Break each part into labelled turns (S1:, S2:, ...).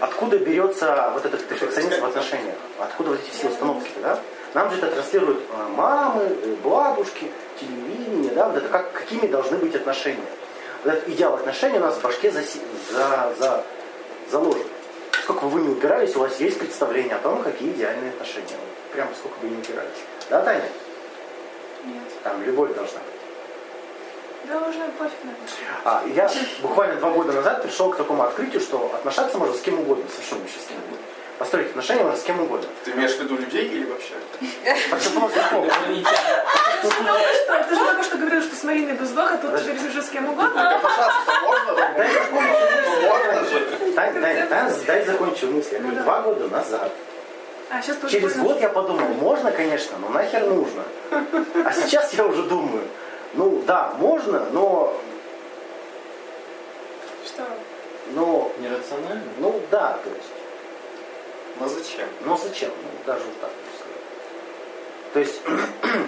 S1: Откуда берется вот этот перфекционизм в отношениях? Откуда вот эти все установки, да? Нам же это транслируют э, мамы, э, бабушки, телевидение, да, вот это как, какими должны быть отношения. Вот этот идеал отношений у нас в башке заси- за, за, заложен. Сколько бы вы не упирались, у вас есть представление о том, какие идеальные отношения. Вот Прям сколько бы не упирались. Да, Таня?
S2: Нет.
S1: Там любовь должна быть.
S2: Да уже пофиг на это.
S1: А, я буквально два года назад пришел к такому открытию, что отношаться можно с кем угодно, совершенно вообще с кем угодно. Построить отношения можно с кем угодно.
S3: Ты имеешь в виду людей или вообще?
S1: Так что было такого.
S2: Что, ты же только что говорил, что с Мариной без а тут теперь уже с кем угодно.
S3: Пошаться можно?
S1: Дай закончу мысль.
S3: Ну, Можно же.
S1: Тань, Тань, Тань, дай закончу мысль. Я говорю, два года назад.
S2: А сейчас тоже
S1: Через
S2: понял,
S1: год я подумал, можно, конечно, но нахер нужно. А сейчас я уже думаю, ну да, можно, но,
S2: Что?
S1: но,
S4: Нерационально?
S1: ну да, то есть.
S3: Но Ну зачем?
S1: Но зачем? Ну, даже вот так можно сказать. То есть,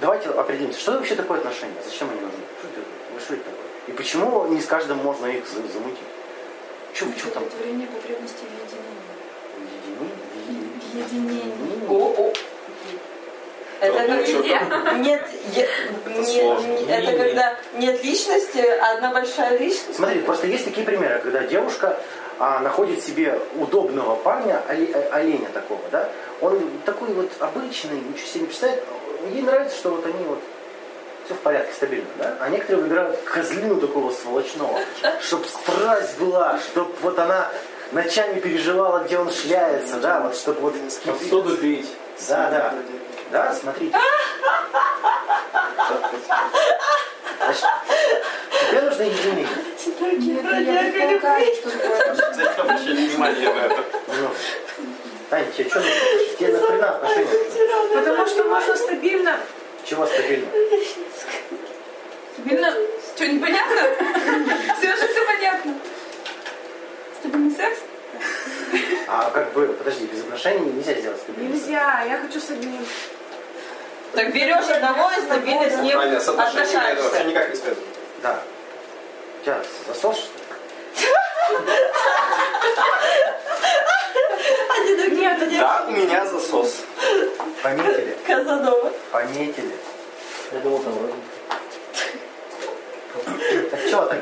S1: давайте определимся, что вообще такое отношения? Зачем они нужны? Что это, ну, что это такое? И почему не с каждым можно их за- замутить? Чего чё там?
S5: Удовлетворение потребностей в
S1: Едини-
S5: единении.
S1: единение.
S5: Единение. О, о.
S6: Это
S3: Ну,
S6: как
S3: чё,
S6: где нет, е- не-
S3: сложно.
S6: не- это
S4: Не-не-не.
S6: когда нет личности, а одна большая личность.
S1: Смотри, просто есть такие примеры, когда девушка а, находит себе удобного парня, оле- о- оленя такого, да? Он такой вот обычный, ничего себе не представляет. Ей нравится, что вот они вот все в порядке, стабильно, да? А некоторые выбирают козлину такого сволочного, чтобы страсть была, чтобы вот она ночами переживала, где он шляется, да, вот чтобы вот...
S4: Посуду бить.
S1: Да,
S3: А,
S1: да. Да, смотрите. Значит, тебе нужно единение.
S5: Нет, я не понимаю, что такое отношения.
S3: Зачем обращать внимание на это?
S1: Ну, Таня, тебе что нужно? Тебе нахрена отношения нужны?
S2: Потому что можно стабильно...
S1: Чего стабильно?
S5: Стабильно. Что, непонятно? Все же все понятно. Стабильный секс?
S1: А как бы, подожди, без отношений нельзя сделать стабильно.
S2: Нельзя, я хочу с одним.
S6: Так берешь одного и стабильно с ним
S3: Аня, с отношениями это вообще
S6: отношаешься.
S3: никак не связано.
S1: Да. У тебя засос, что ли?
S6: Нет, нет,
S3: Да, у меня засос.
S1: Пометили,
S6: Казанова.
S1: пометили.
S4: Я думал, там розовый.
S1: Так чего так?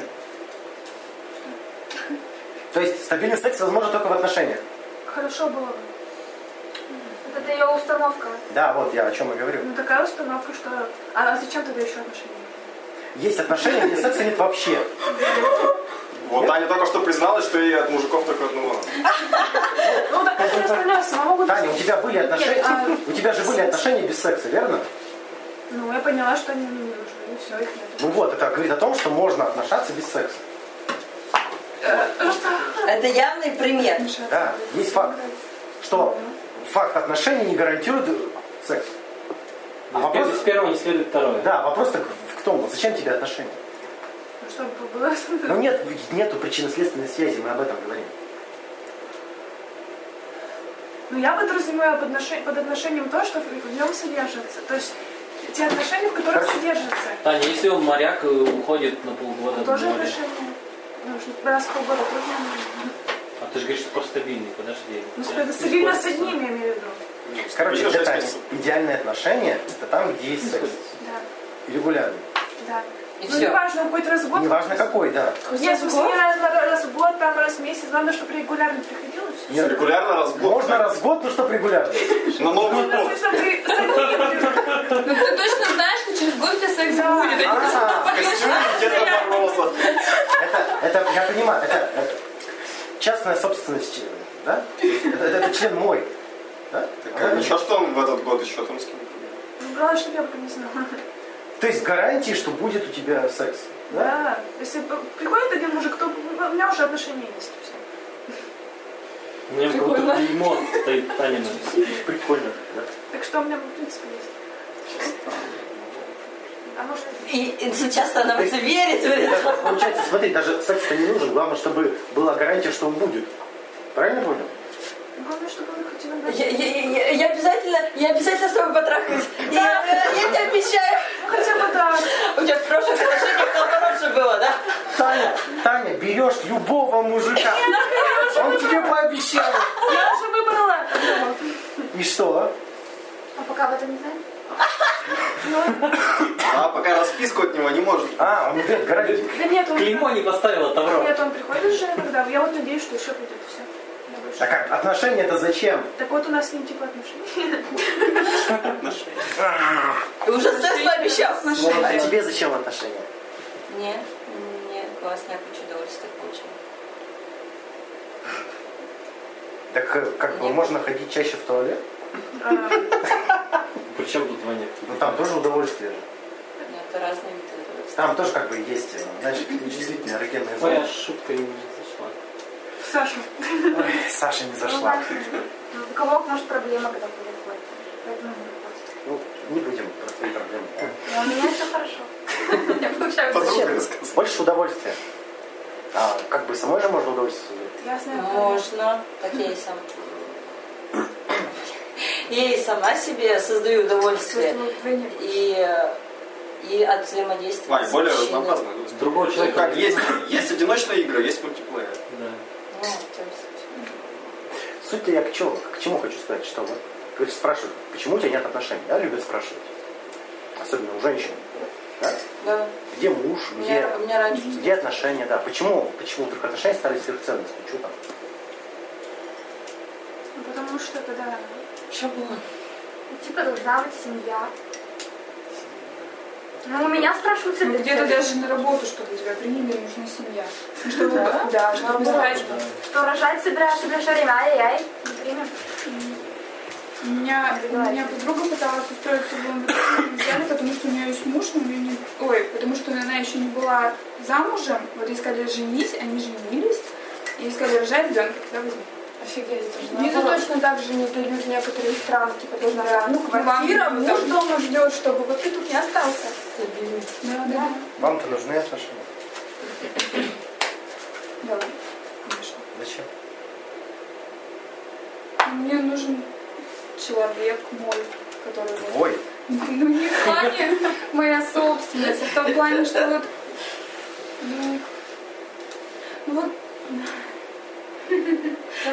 S1: То есть стабильный секс возможен только в отношениях?
S2: Хорошо было бы.
S5: Вот Это ее установка.
S1: Да, вот я о чем и говорю.
S2: Ну такая установка, что... А зачем тогда еще отношения?
S1: Есть отношения, где секса нет вообще.
S3: Вот Аня только что призналась, что ей от мужиков только одного.
S2: Ну так как все остальное самому буду...
S1: Таня, у тебя были
S2: а-
S1: отношения, у тебя же были отношения без секса, верно?
S2: Ну я поняла, что они мне не нужны, и все, их нет.
S1: Ну вот, это говорит о том, что можно отношаться без секса.
S6: Это явный пример.
S1: Да, есть факт, что факт отношений не гарантирует секс. А вопрос,
S4: С первого не следует второе.
S1: да, вопрос так в в том, вот зачем тебе отношения?
S2: Ну, Чтобы было...
S1: Ну нет, нету причинно-следственной связи, мы об этом говорим.
S2: Ну, я подразумеваю под, ноше- под отношением то, что в нем содержится. То есть те отношения, в которых содержится.
S4: Таня, если он моряк и уходит на полгода в
S2: Тоже
S4: море,
S2: отношения. Ну, ж- раз в полгода трудно.
S4: а ты же говоришь, что просто стабильный, подожди.
S2: Ну,
S4: Я
S2: с-
S4: не
S2: стабильно с
S4: спорю.
S2: одним, я имею в виду.
S1: Короче,
S3: Видишь,
S1: для
S3: я
S1: Тани
S3: здесь-
S1: идеальные отношения – это там, где есть секс.
S2: Да,
S1: Регулярный.
S2: да.
S6: И
S2: ну,
S6: всё.
S2: неважно, хоть раз в год.
S1: Неважно какой, да.
S2: Нет, в смысле, не раз, раз в год, там раз в месяц. Главное, чтобы регулярно приходило. и всё.
S1: Нет.
S3: Регулярно раз в год.
S1: Можно раз в год, но чтоб регулярно.
S3: На Новый
S2: Ну,
S3: год.
S2: если ты с одним,
S5: Ну ты точно знаешь, что через год у тебя секс
S2: Да.
S5: будет. а не
S1: А,
S3: Костюм Деда Мороза.
S1: это, это, я понимаю, это, это частная собственность, да? Это, это член мой. Да?
S3: А Ничего, что он в этот год еще там с кем-то.
S2: ты- Главное, чтобы я об этом не знала.
S1: То есть гарантии, что будет у тебя секс. Да?
S2: Да. Если б- приходит один мужик, то у меня уже отношения есть. всё.
S4: У меня
S5: Прикольно.
S4: просто дерьмо стоит Танина.
S1: Прикольно. Да?
S2: Так что у меня, в принципе, есть. А может,
S6: И, и сейчас она в это верит.
S1: Это,
S6: говорит.
S1: получается, смотри, даже секс-то не нужен, главное, чтобы была гарантия, что он будет. Правильно понял?
S2: главное, чтобы он хотел
S6: Я, я- я- я обязательно, я обязательно с тобой потрахаюсь. Я, я тебе обещаю.
S2: Ну хотя бы да.
S6: У тебя в прошлых отношениях наоборот же было, да?
S1: Таня, Таня, берешь любого мужика.
S2: Я уже
S1: Он тебе
S2: выбрала.
S1: пообещал.
S2: Я уже выбрала.
S1: И что?
S5: А пока об этом не знаем.
S3: Она А пока расписку от него не может.
S1: А, он идет городить.
S2: Да нет, он...
S4: Клеймо не поставила Тавро.
S2: Нет, он приходит же иногда. Я вот надеюсь, что еще придет все. Я больше.
S1: Так А как отношения это зачем?
S2: Так вот у нас с ним типа отношения.
S6: И уже секс пообещал.
S1: Ну, а тебе зачем отношения?
S6: Не, не, классняк, кучу удовольствия получил.
S1: Так э, как бы можно ходить чаще в туалет?
S2: А,
S4: Причем тут Ваня?
S1: Ну там тоже удовольствие. же.
S6: Нет, это разные виды удовольствия.
S1: Там тоже как бы есть, э, значит, чувствительные эрогенные
S4: Твоя
S1: зоны.
S4: шутка не зашла.
S2: Саша,
S1: Ой, Саша не зашла.
S5: У кого может проблема, когда происходит. Поэтому не приходит.
S1: Ну, не будем про твои проблемы.
S5: А у меня все хорошо.
S6: Я получаю
S3: Подруга
S1: Зачем?
S3: рассказывает.
S1: Больше удовольствия. А как бы самой же можно удовольствие. сделать.
S2: я знаю.
S6: Можно, как я и сам. Я и сама себе создаю
S2: Слушай,
S1: Э.
S6: удовольствие.
S2: ну, вдвойне.
S6: И, и от взаимодействия.
S3: Вань,
S6: с
S3: более
S6: мужчиной.
S3: разнообразно.
S4: Другого
S3: Ну,
S4: человека.
S3: как
S4: не
S3: есть,
S4: знаю.
S3: есть одиночные игры, есть мультиплеер.
S4: Да.
S6: Ну, то есть,
S1: Суть-то я к чему, к чему хочу сказать, что вот, говорит, спрашивают, почему у тебя нет отношений, да, любят спрашивать. Особенно у женщин. да?
S6: да.
S1: Где муж,
S6: У
S1: где,
S6: меня, у меня раньше
S1: где отношения, да. Почему, почему вдруг отношения стали сверхценностью? Что там?
S2: Ну, Потому что когда...
S6: Что было?
S5: Ну, Типа должна быть семья. Ну, у меня спрашивают
S7: Ну,
S5: это
S7: где-то
S5: всё.
S7: даже на работу, чтобы тебя приняли, нужна семья. Чтобы, да, чтобы стать
S4: Да.
S5: Что рожать собираются в ближайшее время, ай-яй-яй. Не примем.
S7: У меня, у меня подруга пыталась устроиться в Лондон, не взяли, потому что у нее есть муж, но у нее не... Ой, потому что она еще не была замужем. Вот ей сказали женись, они женились. И ей сказали рожать ребенка, тогда возьми.
S8: Офигеть, это же
S7: Визу
S8: наоборот.
S7: точно так же не дают некоторые страны, типа должна ну,
S8: Квартира,
S7: ну,
S8: муж дома ждет, чтобы вот ты тут не остался.
S7: Да, да,
S1: Вам-то нужны отношения.
S7: да.
S1: Зачем?
S7: Мне нужен человек мой, который... вот-
S1: Твой.
S7: Ну, не в плане моя собственность, а в том плане, что вот... Ну, ну вот...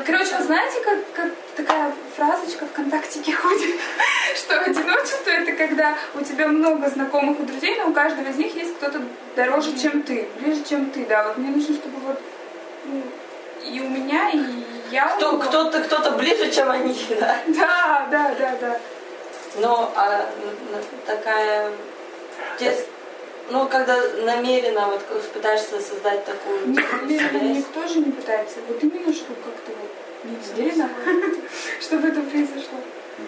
S7: Короче, вот знаете, как, как такая фразочка ВКонтактике ходит, что одиночество — это когда у тебя много знакомых и друзей, но у каждого из них есть кто-то дороже, чем ты, ближе, чем ты, да. Вот мне нужно, чтобы вот ну, и у меня, и я... у
S6: Кто-
S7: него.
S6: Кто-то кто-то ближе, чем они, да?
S7: Да, да, да, да.
S6: Но а, н- н- такая... те- Ну, когда намеренно вот как пытаешься создать такую
S7: Нет,
S6: связь.
S7: Лена, никто же не пытается. Вот именно что как-то вот не намеренно, чтобы это произошло.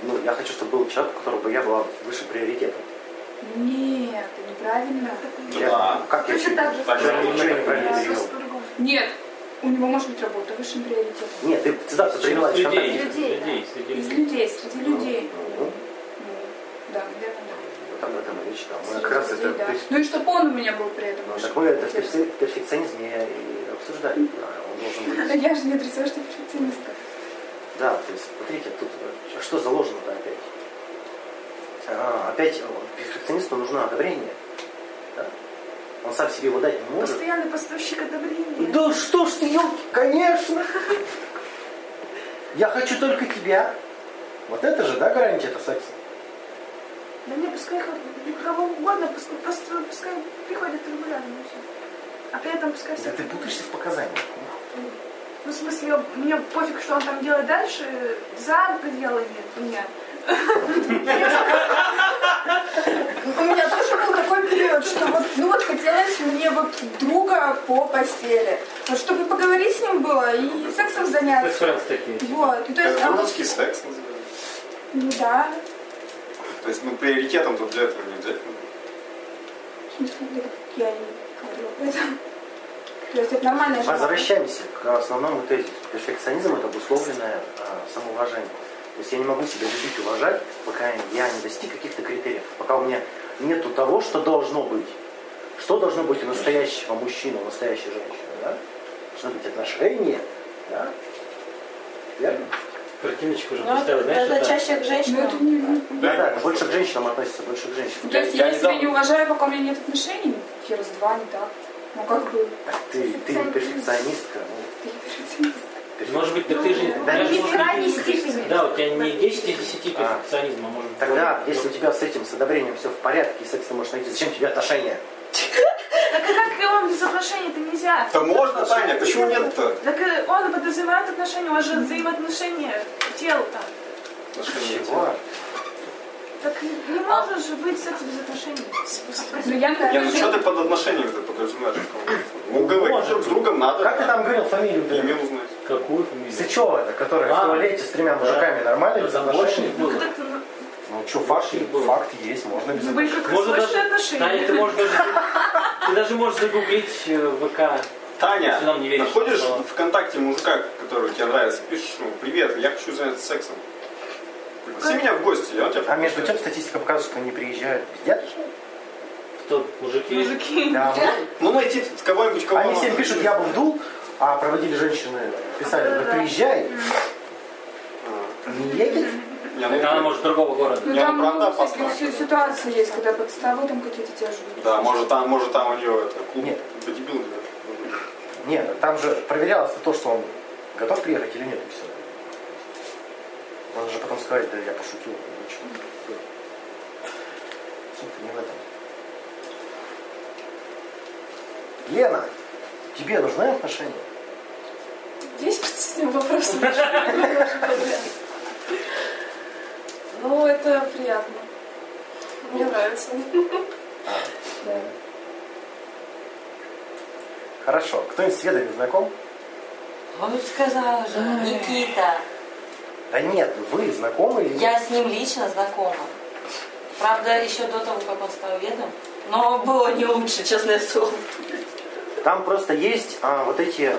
S1: Ну, я хочу, чтобы был человек, у которого я была выше приоритета.
S7: Нет, это неправильно.
S1: Я-
S3: Да.
S1: как я
S5: Точно так же.
S1: Я ничего не правильно
S2: Да,
S1: перевел.
S2: просто по-другому.
S7: Нет, у него может быть работа высшим приоритетом.
S1: Нет, ты всегда привела
S4: Среди
S1: человека.
S4: людей.
S5: Людей, да.
S4: Людей, среди
S7: Из
S4: людей.
S7: людей, среди людей.
S1: Ну,
S7: Ну, да, наверное, да.
S1: вот об этом и речь. да. Мы
S7: Среди
S1: как раз это...
S7: людей, да. Ну и чтобы он у меня был при этом.
S1: Ну,
S7: высшим
S1: так мы это в
S7: приоритетом.
S1: перфе- перфекционизме и обсуждали. Да, Он должен быть
S7: Да я же не отрицаю, что перфекционистка.
S1: Да, то есть, смотрите, тут э, что заложено-то опять? А, опять э, перфекционисту нужно одобрение. Да? Он сам себе его дать не может.
S2: Постоянный поставщик одобрения.
S1: Да что ж ты, елки, конечно! Я хочу только тебя. Вот это же, да, гарантия это секса?
S2: Да не, пускай хоть кого угодно, пускай, просто пускай приходит регулярно. и всё. А при этом пускай все...
S1: Да ты путаешься в показаниях.
S2: Ну, в смысле, я- мне пофиг, что он там делает дальше, за пределами меня.
S8: У меня тоже был такой период, что вот, ну вот хотелось мне вот друга по постели. Вот чтобы поговорить с ним было и сексом
S4: Секс
S8: заняться.
S4: френдс такие.
S8: Вот, ну, то есть,
S3: Это
S8: а вот-
S3: русский секс называется.
S8: ну да,
S3: То есть, ну, приоритетом тут для этого не обязательно.
S8: В смысле, да, я не говорила об этом. То есть это нормально. что-
S1: Возвращаемся к основному тезису. Перфекционизм это обусловленное э, самоуважение. То есть я не могу себя любить, уважать, пока я не достиг каких-то критериев, пока у меня нету того, что должно быть. Что должно быть у настоящего мужчины, у настоящей женщины, да? Должны быть отношения, да? Верно?
S4: картиночку уже
S6: Ну, это,
S4: поставил, знаешь,
S6: это
S4: это?
S6: чаще к
S7: Ну,
S6: женщинам.
S7: это не- не-
S1: Да, да, больше к женщинам относится, больше к женщинам.
S7: То есть,
S3: я
S7: если я
S3: недавно-
S7: не уважаю, пока у меня нет отношений, я раз два не так. Ну, как бы,
S1: А Ты, ты не перфекционистка. ну,
S7: ты перфекционист.
S4: Может быть, так ты же...
S1: Да,
S4: даже
S1: не
S4: может
S5: крайней
S4: быть,
S5: степени.
S4: Да, у тебя не 10 из 10
S1: А.
S4: перфекционизма, а может быть...
S1: Тогда,
S4: более.
S1: если у тебя с этим, с одобрением все в порядке, и секс ты можешь найти, зачем тебе отношения?
S2: Так а как и он без отношений-то нельзя?
S3: Да можно, Таня, почему нет-то?
S2: Так э, он подразумевает отношения, у вас же взаимоотношения тел там.
S1: Чего?
S2: Так не может же быть секс без отношений. А
S7: Ну, я,
S3: Не, ну
S7: наверное,
S3: что ты под отношениями это подразумеваешь? Ну, говори,
S1: Может
S3: друг с другом надо.
S1: Как ты там говорил фамилию?
S3: Не
S1: блин?
S3: имел узнать.
S4: Какую фамилию?
S1: Сычева, это, которая в
S4: А.
S1: туалете с тремя мужиками нормально без
S4: Там больше
S1: отношений?
S4: их было.
S2: Так, ну,
S1: Ну что, ваши факт есть, можно без
S2: ну, были
S1: отношений.
S2: краткосрочные отношения.
S4: Таня, ты можешь даже... Ты даже можешь загуглить э, ВК.
S3: Таня,
S4: Если нам не веришь,
S3: находишь
S4: что-
S3: ВКонтакте мужика, который тебе нравится, пишешь ему, привет, я хочу заняться сексом. Пригласи меня Ну, в гости, я у тебя...
S1: А между тем статистика показывает, что они приезжают. Пиздят?
S4: Кто? Мужики?
S2: Мужики.
S1: Да.
S3: Ну, найти кого-нибудь, кого...
S1: Они всем пишут, я бы вдул, а проводили женщины, писали, ну приезжай. Не едет?
S3: Не, ну,
S4: А Она может другого города.
S7: ну,
S3: Я
S7: там
S3: правда
S7: много
S3: опасна.
S7: всяких си- ситуаций есть, когда под столом там какие-то тебя ждут.
S3: Да, может там, может там у нее это, клуб
S1: Нет.
S3: по дебилам, да.
S1: Нет, там же проверялось то, что он готов приехать или нет, и все. Он же потом сказать, да я пошутил. ничего. Суть-то не в этом. Лена, тебе нужны отношения?
S5: Есть под этим вопросом? Ну, это приятно. Мне нравится.
S1: Хорошо. Кто-нибудь с Ведами знаком?
S6: Он сказал же, Никита.
S1: Да нет, вы знакомы или нет?
S6: Я с ним лично знакома. Правда, еще до того, как он стал ведом. Но было не лучше, честное слово.
S1: Там просто есть а, вот эти,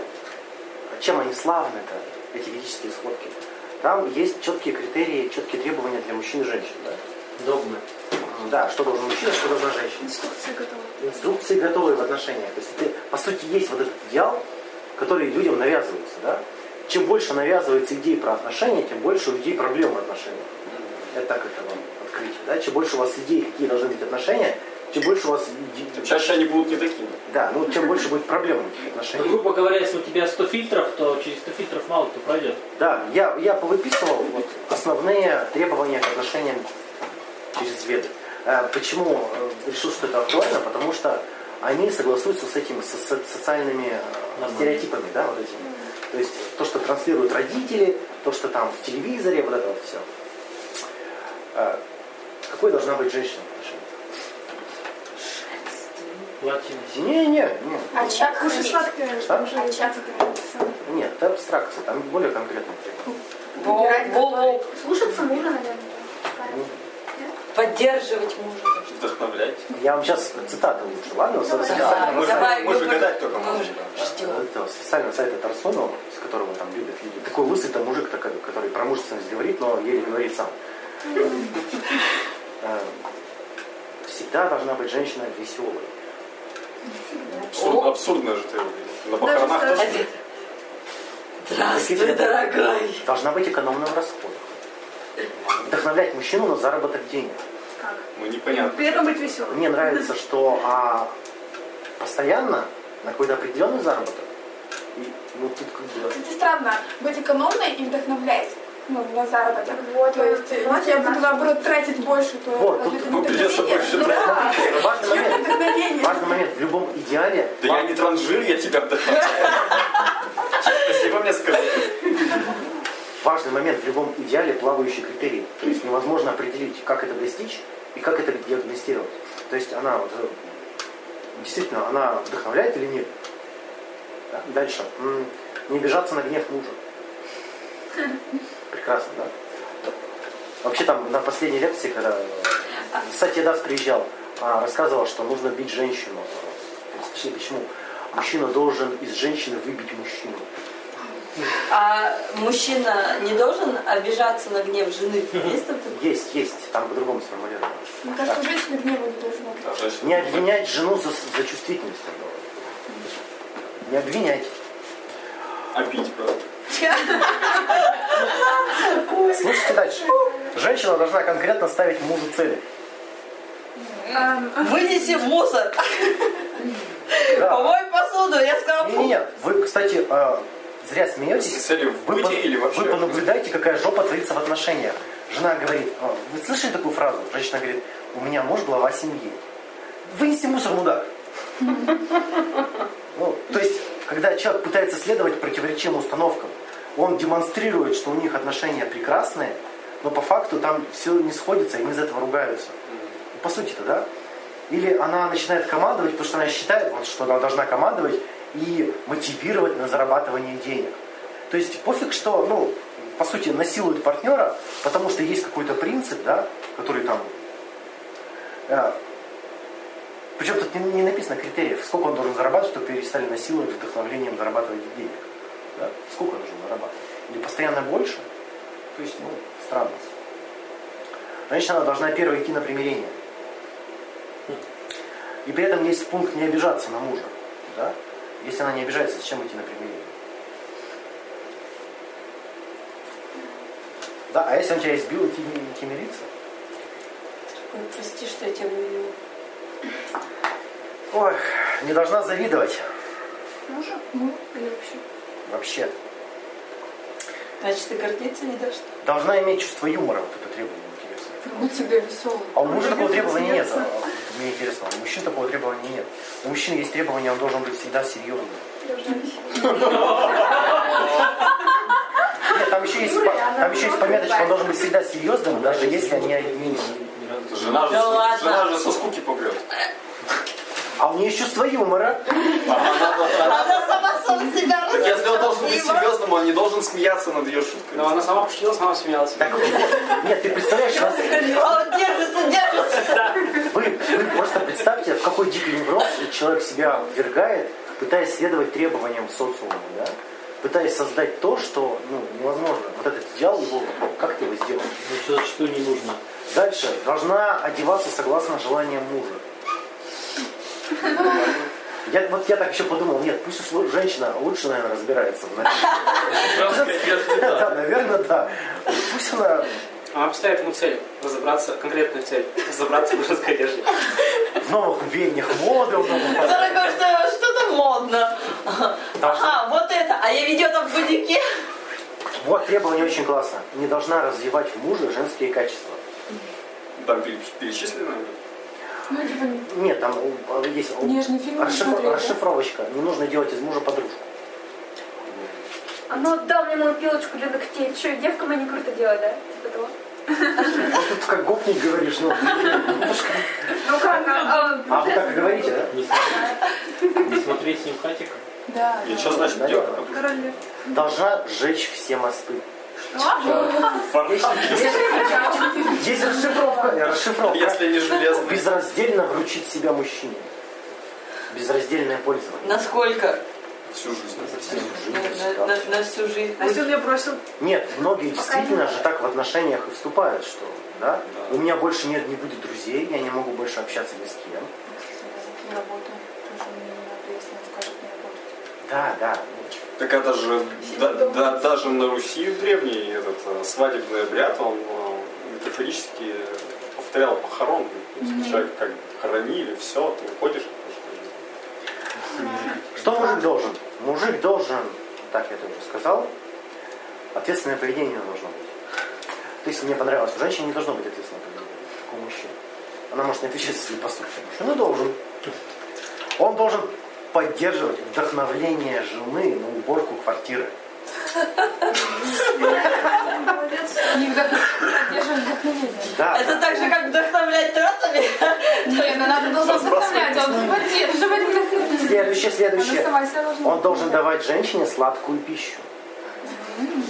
S1: чем они славны-то, эти ведические сходки. Там есть четкие критерии, четкие требования для мужчин и женщин. Да,
S4: Догмы.
S1: да что должен мужчина, что должна женщина.
S2: Инструкция готова.
S1: Инструкции готовые в отношениях. То есть это, по сути, есть вот этот идеал, который людям навязывается. Да? Чем больше навязывается идей про отношения, тем больше у людей проблем в отношениях. Это так это вам открытие. Да? Чем больше у вас идей, какие должны быть отношения, тем больше у вас... иде-
S3: Тем чаще они будут не такими.
S1: Да, ну чем больше будет проблем в этих
S4: Ну,
S1: отношениях.
S4: грубо говоря, если у тебя 100 фильтров, то через 100 фильтров мало кто пройдет.
S1: Да, я, я повыписывал вот основные требования к отношениям через веды. Э, Почему э, решил, что это актуально? Потому что они согласуются с этими со- со- социальными э,
S4: Нормально.
S1: стереотипами, да, вот этими. То есть то, что транслируют родители, то, что там в телевизоре, вот это вот все. Какой должна быть женщина в отношениях?
S4: Платина.
S1: Не, не, не.
S8: А чак
S2: Уже сладкое.
S1: Там же-
S8: А чак
S1: Нет, это абстракция, там более конкретные требования.
S6: Бо- бо-
S8: Слушаться мужа, наверное.
S6: Поддерживать мужа.
S3: Вдохновлять.
S1: Я вам сейчас цитаты лучше, ладно? Со-
S6: Да,
S3: Мы же,
S6: давай,
S3: мы же
S6: ну,
S3: гадать только можем.
S6: Мужа. Ждем.
S1: Это специально сайт от Арсонова, с которого там любят люди. Такой лысый там мужик, такой, который про мужественность говорит, но еле говорит сам. Э, Всегда должна быть женщина веселой.
S3: Абсурд, абсурдно же ты На похоронах
S2: Даже
S3: тоже.
S6: Один. Здравствуй, дорогой.
S1: Должна быть экономна в расходах. Вдохновлять мужчину на заработок денег.
S2: Как?
S3: Ну, непонятно.
S2: При этом быть веселым.
S1: Мне нравится, что а, постоянно на какой-то определенный заработок. И, ну, тут как бы...
S7: Это странно, быть экономной и вдохновлять ну, на заработок.
S8: Вот,
S7: То есть,
S8: вот,
S7: если а я буду, наоборот, тратить больше, то...
S1: Вот, тут
S7: это
S3: ну, придется
S7: вдохновение.
S3: больше
S7: Ну,
S3: тратить.
S7: да.
S1: Важный момент.
S7: Вдохновение.
S1: Важный момент. В любом идеале
S3: Да я не транжир, я тебя вдохновляю. Спасибо мне сказать.
S1: Важный момент в любом идеале плавающий критерий. То есть невозможно определить, как это достичь и как это диагностировать. То есть она вот, э, действительно, она вдохновляет или нет? Да? Дальше. М, Не обижаться на гнев мужа. Прекрасно, да? Вообще там на последней лекции, когда э, Сатья Дас приезжал, а, рассказывал, что нужно бить женщину. То есть, точнее, почему? Мужчина должен из женщины выбить мужчину.
S6: А мужчина не должен обижаться на гнев жены? Есть там такое?
S1: Есть, есть, там по-другому сформулировано.
S7: Мне кажется, женщина гнева не должна быть.
S3: Да, женщина.
S1: Не обвинять жену за, за чувствительность. Не обвинять.
S3: А пить просто.
S6: Здравствуйте.
S1: Слушайте дальше. Женщина должна конкретно ставить мужу цели.
S6: Вынеси мусор.
S1: Да.
S6: Помой посуду. Я сказала,
S1: Нет, нет, вы, кстати, э, зря
S3: С
S1: смеетесь.
S3: целью
S1: Вы,
S3: выйти
S1: по-
S3: или вообще?
S1: вы понаблюдайте, какая жопа творится в отношениях. Жена говорит, а, вы слышали такую фразу? Женщина говорит, у меня муж глава семьи. Вынеси мусор, мудак. Ну, то есть, когда человек пытается следовать противоречивым установкам, он демонстрирует, что у них отношения прекрасные, но по факту там все не сходится, и они из этого ругаются. По сути-то, да? Или она начинает командовать, потому что она считает, вот, что она должна командовать и мотивировать на зарабатывание денег. То есть пофиг, что, ну, по сути, насилуют партнера, потому что есть какой-то принцип, да, который там... э, причем тут не, не написано критериев, сколько он должен зарабатывать, чтобы перестали насиловать вдохновлением зарабатывать денег. Да? Сколько он должен зарабатывать? Или постоянно больше? То есть, ну, странно. Женщина должна первой идти на примирение. И при этом есть пункт не обижаться на мужа. Да? Если она не обижается, зачем идти на примирение? Да, а если он тебя избил, идти, идти мириться?
S6: Ой, прости, что я тебя вывела.
S1: Ой, не должна завидовать
S7: Мужа? Ну, или вообще?
S1: вообще.
S6: Значит, ты гордиться не дашь?
S1: Должна иметь чувство юмора, вот это требование интересно.
S8: Будь себе веселым.
S1: А у мужа такого требования нет. а, а, Мне интересно, у мужчин такого требования нет. У мужчин есть требование, он должен быть всегда серьезным. Нет, там еще есть, по- там еще есть пометочка, он должен быть всегда серьезным, даже если они
S4: Ну,
S1: одни.
S3: Жена же,
S6: Да ладно.
S3: жена же со скуки помрет.
S1: А у нее есть чувство юмора.
S6: Она сама сам себя
S3: Так если он должен быть
S6: разозлила.
S3: серьезным, он не должен смеяться над ее шуткой.
S4: Но она сама пошутила, сама смеялась.
S1: Так вот, нет, ты представляешь, нас-
S6: А он держится, держится.
S1: вы, вы просто представьте, в какой дикий невроз человек себя ввергает, пытаясь следовать требованиям социума, да? пытаясь создать то, что ну, невозможно. Вот этот идеал его, как ты его сделаешь?
S4: Ну, что, что не нужно.
S1: Дальше. Должна одеваться согласно желаниям мужа. Я, вот я так еще подумал, нет, пусть уж лу- женщина лучше, наверное, разбирается. в наряде. Да, наверное, да. Пусть она...
S4: Она поставит ему А цель. Разобраться, конкретную цель. Разобраться в женской одежде.
S1: в новых веяниях моды, в новом пос-
S6: Дорогой, что, что-то модно. Ага, вот это. А я видела там в буднике.
S1: Вот требование очень классно. Не должна развивать в муже женские качества.
S3: Там пере- перечислено.
S8: Ну, типа,
S1: Нет, там э, есть э,
S8: Нежный фильм не
S1: расшиф-
S8: смотрела.
S1: расшифровочка. Не нужно делать из мужа подружку.
S9: А ну отдал мне мою пилочку для ногтей. Че, девкам они круто делают, да? Типа того.
S1: Ну, тут как гопник говоришь, ну,
S8: Ну как, а, а,
S1: а вы так и говорите, да?
S4: Не смотреть, не смотреть с ним хатика.
S8: да.
S3: И что значит
S1: Да,
S3: делать?
S1: да.
S2: Король Лев.
S1: Должна сжечь все мосты. Есть, есть- есть расшифровка. э, Расшифровка.
S3: Если не железный.
S1: Безраздельно вручить себя мужчине. Безраздельное пользование.
S6: Насколько?
S3: Всю жизнь.
S1: Всю жизнь, да.
S6: На, на- на всю жизнь.
S2: А если он ее бросил?
S1: Нет, многие действительно же так в отношениях и вступают, что да? у меня больше нет, не будет друзей, я не могу больше общаться ни с кем.
S8: Работаю. Тоже мне не надо, если он скажет, не работать.
S1: Да, да.
S3: Так это же да- да- даже на Руси древний этот э, свадебный обряд, он э, метафорически повторял похорон. То есть Человек как бы хоронили, все, ты уходишь.
S1: Что мужик должен? Мужик должен, так я это уже сказал, ответственное поведение должно быть. То есть мне понравилось, у женщины не должно быть ответственного поведения, как у мужчин. Она может не отвечать за свои поступки. Мужчина должен. Он должен поддерживать вдохновление жены на уборку квартиры.
S7: Не поддерживать вдохновение.
S1: Да,
S6: Это так же, как вдохновлять тратами.
S7: Блин, ну надо было заставлять, а он поддерживать вдохновение.
S1: Следующее,
S7: Она
S1: следующее.
S7: сама себя должна
S1: Он должен давать женщине сладкую пищу.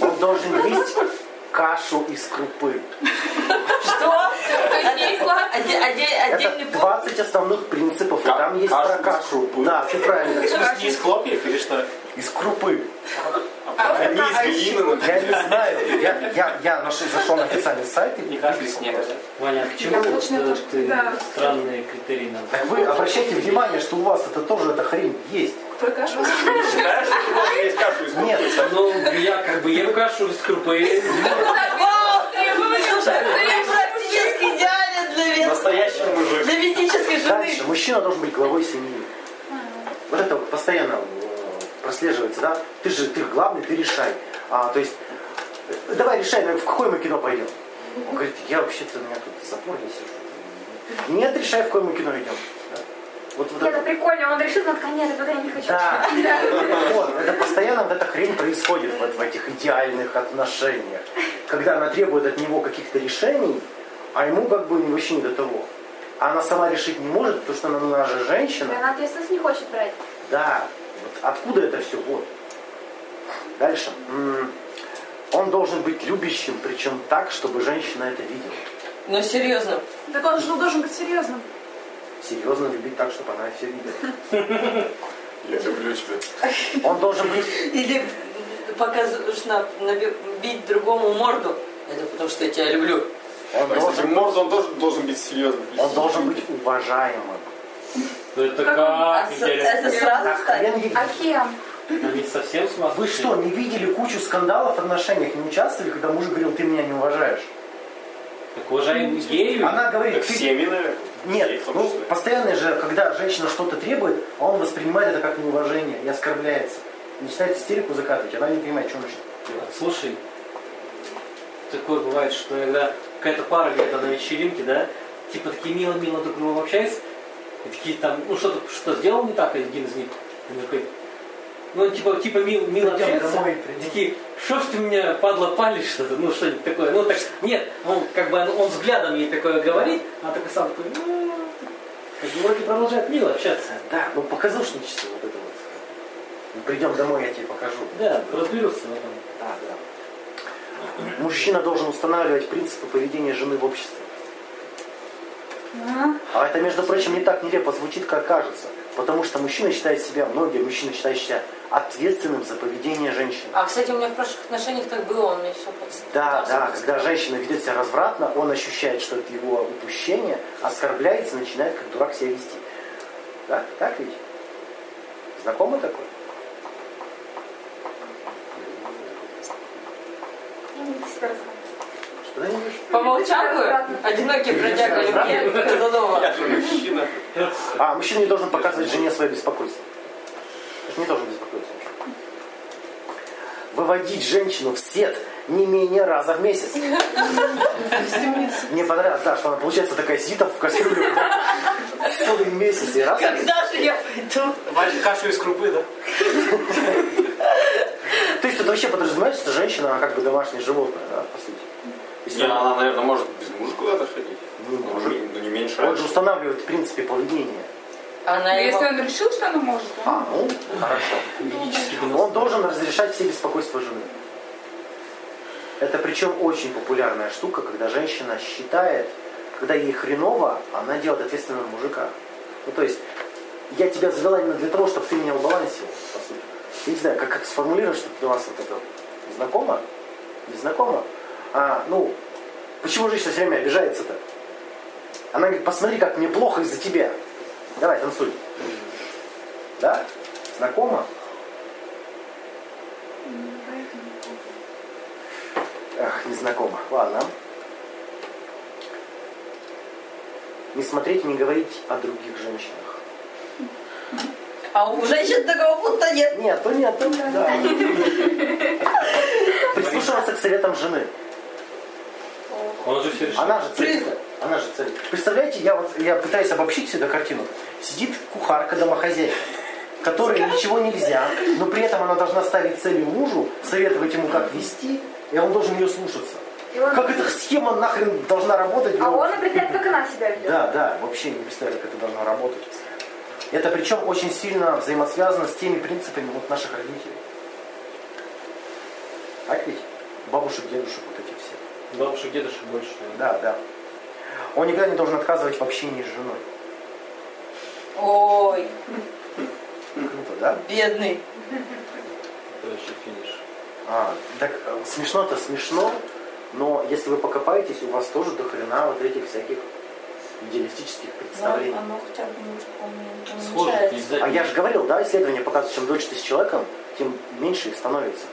S1: Он должен есть кашу из крупы.
S6: Что?
S7: То есть ей сладко.
S6: Отде- отде-
S1: Это
S6: Отдельный пункт.
S1: 20 основных принципов, и
S3: Ка-
S1: там есть
S3: кашу
S1: про
S3: из
S1: кашу.
S3: крупы.
S1: Да, все правильно.
S4: Не из хлопьев или что?
S1: Из крупы. А
S3: Они из глины,
S1: Я
S3: например.
S1: не знаю. Я, я, я наш- зашел на официальный сайт и
S4: Не кашель
S1: выписал
S4: снега.
S1: просто.
S4: Ваня, а почему вот, э, ты странные критерии нам?
S1: Так вы обращайте внимание, что у вас это тоже эта хрень есть.
S2: Про кашу.
S3: Знаешь, ты можешь есть кашу из
S1: Нет,
S4: Ну, я как бы ем кашу с крупы.
S6: Слушай, ты практически идеален для, вет-
S3: Настоящий мужик.
S6: для ведической жены.
S1: Дальше. Мужчина должен быть главой семьи. Вот это вот постоянно э, прослеживается, да? Ты же, ты главный, ты решай. А, то есть, э, давай решай, ну, в какое мы кино пойдем? Он говорит, я вообще-то, у меня тут запорье сижу. Нет, решай, в какое мы кино идем. Да. Вот, вот
S9: Нет, это
S1: это.
S9: прикольно, он решил, но конец, я не хочу.
S1: Да. Вот, это постоянно вот эта хрень происходит вот в этих идеальных отношениях. Когда она требует от него каких-то решений, а ему как бы вообще не до того. А Она сама решить не может, потому что она, ну, она же женщина.
S9: И Она ответственность не хочет брать.
S1: Да, вот откуда это все? Вот. Дальше. М, Он должен быть любящим, причем так, чтобы женщина это видела.
S6: Ну серьезно.
S2: Так он же ну, должен быть серьезным.
S1: Серьезно любить так, чтобы она все видела.
S3: Я люблю тебя.
S1: Он должен быть...
S6: Или показываешь на, наби- бить другому морду. Это потому что я тебя люблю.
S1: Он
S3: А, Кстати,
S1: должен,
S3: морд, он тоже должен быть серьезным.
S1: он должен быть уважаемым.
S4: Ну это
S6: А
S4: как,
S6: с- это
S4: интересно.
S6: сразу
S1: Так,
S6: встать.
S1: хрен
S7: А
S1: ли-
S7: кем?
S4: Они совсем с ума
S1: Вы
S4: сошли?
S1: что, не видели кучу скандалов в отношениях, не участвовали, когда муж говорил, ты меня не уважаешь?
S4: Так уважаем гею?
S1: Она говорит,
S3: Так
S1: ты...
S3: всеми, наверное. Ей
S1: Нет,
S3: в том
S1: ну,
S3: числе.
S1: постоянно же, когда женщина что-то требует, а он воспринимает это как неуважение и оскорбляется. Начинает истерику закатывать, она не понимает, что нужно.
S4: Слушай, такое бывает, что иногда какая-то пара где-то на вечеринке, да, типа такие мило-мило друг другу общаются, и такие там, ну что-то что сделал не так один из них, и такой, ну типа, типа мил, мило
S1: Придем
S4: общаются,
S1: домой, придем.
S4: и такие, что ж ты меня, падла, палишь что-то, ну что-нибудь такое, ну так, нет, он как бы, он взглядом ей такое говорит, а такой сам такой, ну, как бы вроде продолжает мило общаться.
S1: Да, ну показушничество вот это вот. Ну, придем домой, я тебе покажу.
S4: Да, разберутся в этом.
S1: Да, да. Мужчина должен устанавливать принципы поведения жены в обществе. А это, между прочим, не так нелепо звучит, как кажется. Потому что мужчина считает себя, многие мужчины считают себя ответственным за поведение женщины.
S6: А, кстати, у меня в прошлых отношениях так было, он мне все подстал.
S1: Да, да, когда женщина ведет себя развратно, он ощущает, что это его упущение, оскорбляется, начинает как дурак себя вести. Да, так ведь? Знакомый такой?
S9: Я не себя рассказываю.
S1: Что ты не видишь?
S6: Помолчал бы, одинокий бродяга любви Казанова.
S3: Я же мужчина.
S1: А, мужчина не должен показывать жене свое беспокойство. Не должен беспокоиться. Выводить женщину в свет не менее раза в месяц. Мне понравилось, да, что она, получается, такая сидит там в кастрюле да, целый месяц и раз.
S6: Когда же я пойду?
S3: Варит кашу из крупы, да?
S1: То есть это вообще подразумевает, что женщина, она как бы домашнее животное, да, по сути. Если
S3: Не,
S1: она-
S3: она, наверное, может без мужа куда-то ходить.
S1: Не
S3: Ну,
S1: может.
S3: не- ну, не меньше.
S1: Он же устанавливает в принципе поведение.
S6: Она
S7: А Если
S6: А его...
S7: он решил, что она может, то
S1: А, ну, хорошо.
S4: Физически
S1: Он должен разрешать все беспокойства жены. Это причем очень популярная штука, когда женщина считает, когда ей хреново, она делает ответственного мужика. Ну, то есть, я тебя завела именно для того, чтобы ты меня убалансил, по сути. Я не знаю, как это сформулировать, чтобы для вас вот это знакомо? Не знакомо? А, ну, почему женщина все время обижается-то? Она говорит, посмотри, как мне плохо из-за тебя. Давай, танцуй. Да? Знакомо? Ах, незнакомо. Ладно. Не смотреть, не говорить о других женщинах.
S6: А у женщин такого пункта нет.
S1: Нет, то нет, то нет. Да. Прислушиваться к советам жены.
S4: Он же все решил.
S1: Она же цель. Она же цель. Представляете, я вот я пытаюсь обобщить сюда картину. Сидит кухарка домохозяйка, которой ничего нельзя, но при этом она должна ставить целью мужу, советовать ему, как вести, и он должен ее слушаться.
S9: И он-
S1: Как эта схема нахрен должна работать?
S9: А
S1: ну,
S9: он определяет, как она себя ведет.
S1: Да, да, вообще не представляю, как это должно работать. Это причем очень сильно взаимосвязано с теми принципами вот наших родителей. Так ведь? Бабушек, дедушек, вот эти все.
S4: Бабушек, дедушек больше. наверное.
S1: Да, да. Он никогда не должен отказывать в общении с женой.
S6: Ой,
S1: Круто, да?
S6: бедный.
S4: Это вообще финиш.
S1: А, так э, смешно-то смешно, но если вы покопаетесь, у вас тоже до хрена вот этих всяких идеалистических представлений.
S5: оно хотя бы немножко у меня не
S4: Схоже, не
S5: помещается.
S1: А
S4: обязательно.
S1: я же говорил, да, исследования показывают, чем дольше ты с человеком, тем меньше их становится.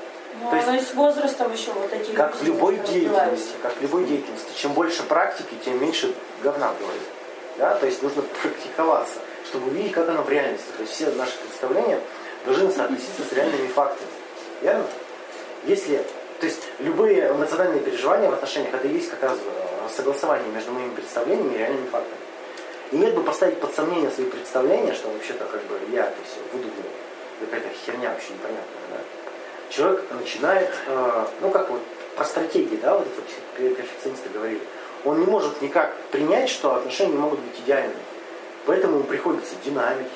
S5: Ну,
S1: То есть-
S5: оно и с возрастом еще вот эти
S1: Как в
S5: люди
S1: любой
S5: разбиваются.
S1: деятельности, как в любой деятельности. Чем больше практики, тем меньше говна в голове. Да? То есть нужно практиковаться, чтобы увидеть, как оно в реальности. То есть все наши представления должны соотноситься с реальными фактами. Верно? Если, то есть любые эмоциональные переживания в отношениях, это и есть как раз э, согласование между моими представлениями и реальными фактами. И нет бы поставить под сомнение свои представления, что вообще-то как бы я это все выдумал. Это Какая-то херня вообще непонятная. Да? Человек начинает, э, ну как вот про стратегии, да, вот это вот пер- перфекционисты говорили. Он не может никак принять, что отношения не могут быть идеальными. Поэтому ему приходится динамить,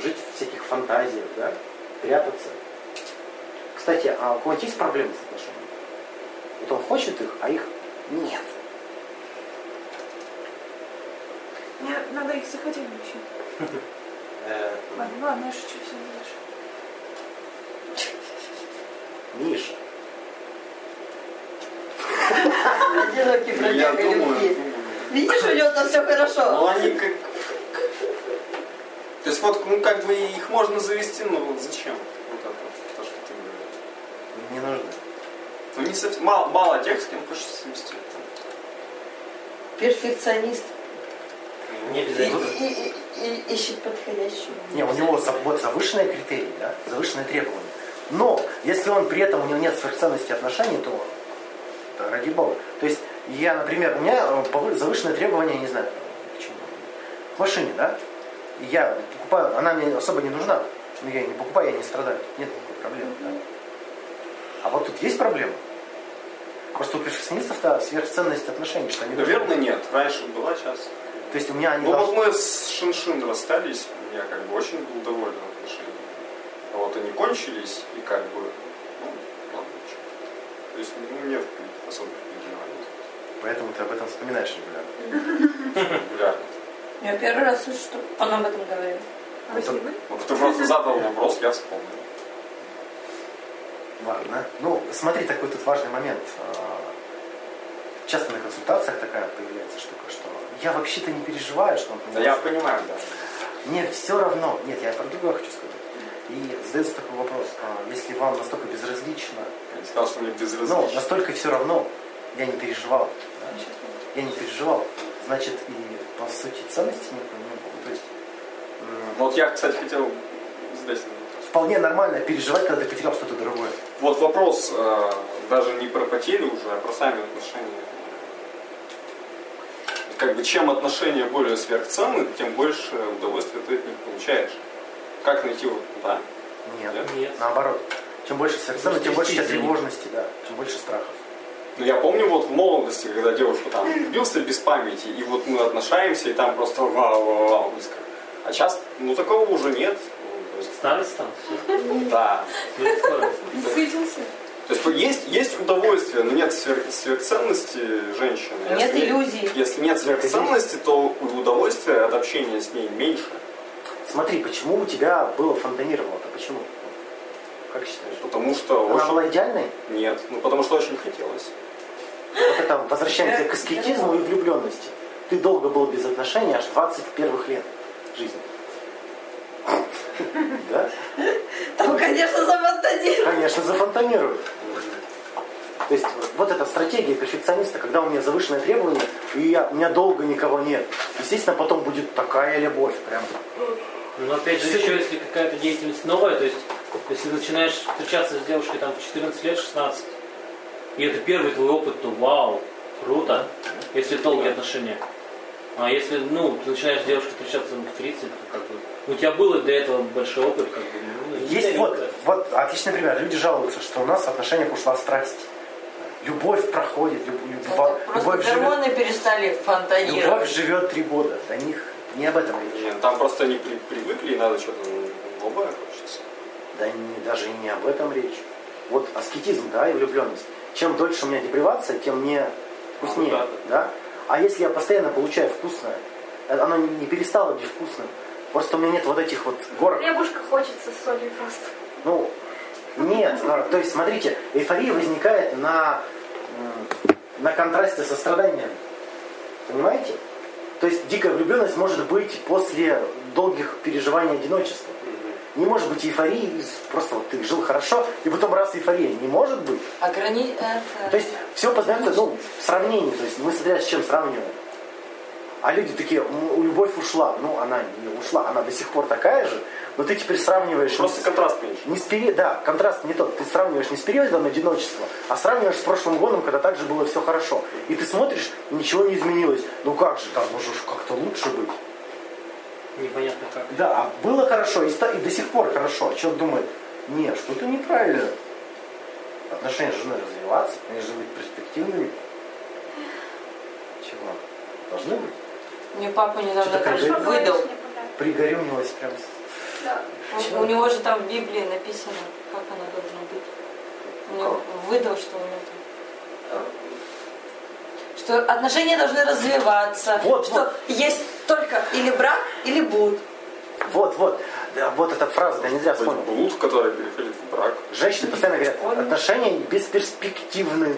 S1: жить в всяких фантазиях, да, прятаться. Кстати, а у кого-нибудь есть проблемы с отношениями? Вот он хочет их, а их нет.
S2: Мне надо их захотеть вообще.
S4: Э,
S2: Ладно, ладно, я шучу, все дальше.
S1: Миша.
S6: Одинокий
S3: Я
S6: бродяга
S3: думаю,
S6: любви. Видишь, у него там все
S3: ну
S6: хорошо.
S3: они как... То есть вот, ну как бы их можно завести, но вот зачем? Вот это, вот, то, что ты говоришь.
S1: Не нужно.
S3: Ну не совсем, мало, мало тех, с кем хочется совместить.
S6: Перфекционист.
S4: Не
S6: И,
S4: обязательно.
S6: и- и- и ищет подходящего.
S1: Не, у него за- вот завышенные критерии, да, завышенные требования. Но если он при этом у него нет сверхценности отношений, то да, ради бога. То есть я, например, у меня э, повы- завышенные требования, я не знаю, к чему. К машине, да? И Я покупаю, она мне особо не нужна, но я ее не покупаю, я не страдаю. Нет никакой проблемы, да? А вот тут есть проблема. Просто у перфекционистов-то сверхценность отношений, что они должны-
S3: Наверное, нет. Раньше была, сейчас.
S1: То есть у меня они
S3: Ну
S1: должны-
S3: вот мы с Шиншин расстались, я как бы очень был доволен отношениями. А вот они кончились, и как бы, ну, ладно, чё. То есть ну, нет каких-то особых переживаний.
S1: Поэтому ты об этом вспоминаешь регулярно.
S3: Регулярно.
S6: Я первый раз слышу, что он об этом говорил.
S2: А вы с
S1: Это-
S2: ним были?
S3: Ну, ты просто задал вопрос, я вспомнил.
S1: Ладно. Ну, смотри, такой тут важный момент. А, Часто на консультациях такая появляется штука, что я вообще-то не переживаю, что он
S3: Да я понимаю, да.
S1: Мне все равно. Нет, я про другое хочу сказать. И задается такой вопрос, а, если вам настолько безразлично,
S3: Я не сказал, что мне
S1: ну,
S3: безразлично.
S1: настолько все равно, я не переживал. да, Я не переживал. Значит, и по сути ценности никакой не было. Ну, То есть м,
S3: Ну, вот я, кстати, хотел задать один вопрос.
S1: вполне нормально переживать, когда ты потерял что-то дорогое.
S3: Вот вопрос э, даже не про потери уже, а про сами отношения. Как бы чем отношения более сверхценны, тем больше удовольствия ты от них получаешь. Как найти вот да?
S1: Нет.
S4: Нет.
S1: Наоборот. Чем больше сердца, ну, тем
S4: Может,
S1: больше у тебя
S4: идти, извини.
S1: тревожности, да, чем больше страхов.
S3: Ну, я помню вот в молодости, когда девушку там влюбился без памяти, и вот мы отношаемся, и там просто вау, вау, вау, близко. А сейчас, ну, такого уже нет. Ну, то есть,
S4: Старость там, Ну, все.
S3: Да.
S4: Старость.
S5: Присытился.
S3: То есть есть, есть удовольствие, но нет сверх- сверхценности женщины.
S6: Нет
S3: Если-
S6: иллюзий.
S3: Если нет сверхценности, то удовольствие от общения с ней меньше.
S1: Смотри, почему у тебя было фонтанировало-то? Почему? Как считаешь?
S3: Потому что
S1: Она
S3: очень...
S1: была идеальной?
S3: Нет, ну потому что очень хотелось.
S1: Вот это возвращаемся к аскетизму и влюбленности. Ты долго был без отношений, аж 20 первых лет жизни. Да?
S6: Там, конечно, завантадил.
S1: Конечно, зафонтанируют. То есть вот эта стратегия перфекциониста, когда у меня завышенное требование, и я, у меня долго никого нет. Естественно, потом будет такая любовь прям.
S4: Но опять же, еще если какая-то деятельность новая, то есть если ты начинаешь встречаться с девушкой там в 14 лет, 16, и это первый твой опыт, то вау, круто, если долгие отношения. А если, ну, ты начинаешь с девушкой встречаться в 30, то как бы, у тебя был до этого большой опыт, как бы, ну, не
S1: Есть
S4: знаю,
S1: вот,
S4: как.
S1: вот отличный пример. Люди жалуются, что у нас в отношениях ушла страсть. Любовь проходит, люб- любва-
S6: Ну, Просто
S1: любовь, живет,
S6: гормоны перестали фонтанировать.
S1: любовь живет три года. До них не об этом речь.
S3: Нет, там просто они при- привыкли, и надо что-то новое хочется.
S1: Да не- даже и не об этом речь. Вот аскетизм, да, и влюбленность. Чем дольше у меня депривация, тем мне вкуснее.
S3: А, ну
S1: да? А если я постоянно получаю вкусное, э, оно не не перестало быть вкусным. Просто у меня нет вот этих вот горок.
S9: Хлебушка хочется с солью просто.
S1: Ну, нет, а, то есть, смотрите, эйфория возникает на, м, на контрасте со страданием. Понимаете? То То есть дикая влюбленность может быть после долгих переживаний одиночества. Не может быть эйфории, из- просто вот ты жил хорошо, и потом раз эйфория. Не может быть.
S6: А грани... это-
S1: То есть все познается, ну, в сравнении. То есть мы смотря с чем сравниваем. А люди такие, «М, любовь ушла. Ну, она не ушла, она до сих пор такая же. Но ты теперь сравниваешь...
S3: Просто контраст меньше.
S1: Не с пери- Да, контраст не тот. Ты сравниваешь не с периодом одиночества, а сравниваешь с прошлым годом, когда также было все хорошо. И ты смотришь, ничего не изменилось. Ну как же, там уже ж как-то лучше быть.
S4: Непонятно как.
S1: Да, а было хорошо и, ста- и до сих пор хорошо. А человек думает, нет, что-то неправильно. Отношения должны развиваться, они должны быть перспективными. Чего? Должны быть.
S6: Мне папа недавно
S1: Что-то
S6: так
S1: прям
S6: выдал.
S1: Пригорюнилось прям. с-
S6: У, у него же там в Библии написано, как она должна быть. Мне выдал, что у него там. э, Что отношения должны развиваться.
S1: Вот,
S6: что есть только или брак, или буд.
S1: Вот, вот. Да, вот эта фраза-то я не зря вспомнил.
S3: Блуд, который переходит в брак.
S1: Женщины постоянно говорят, отношения бесперспективны.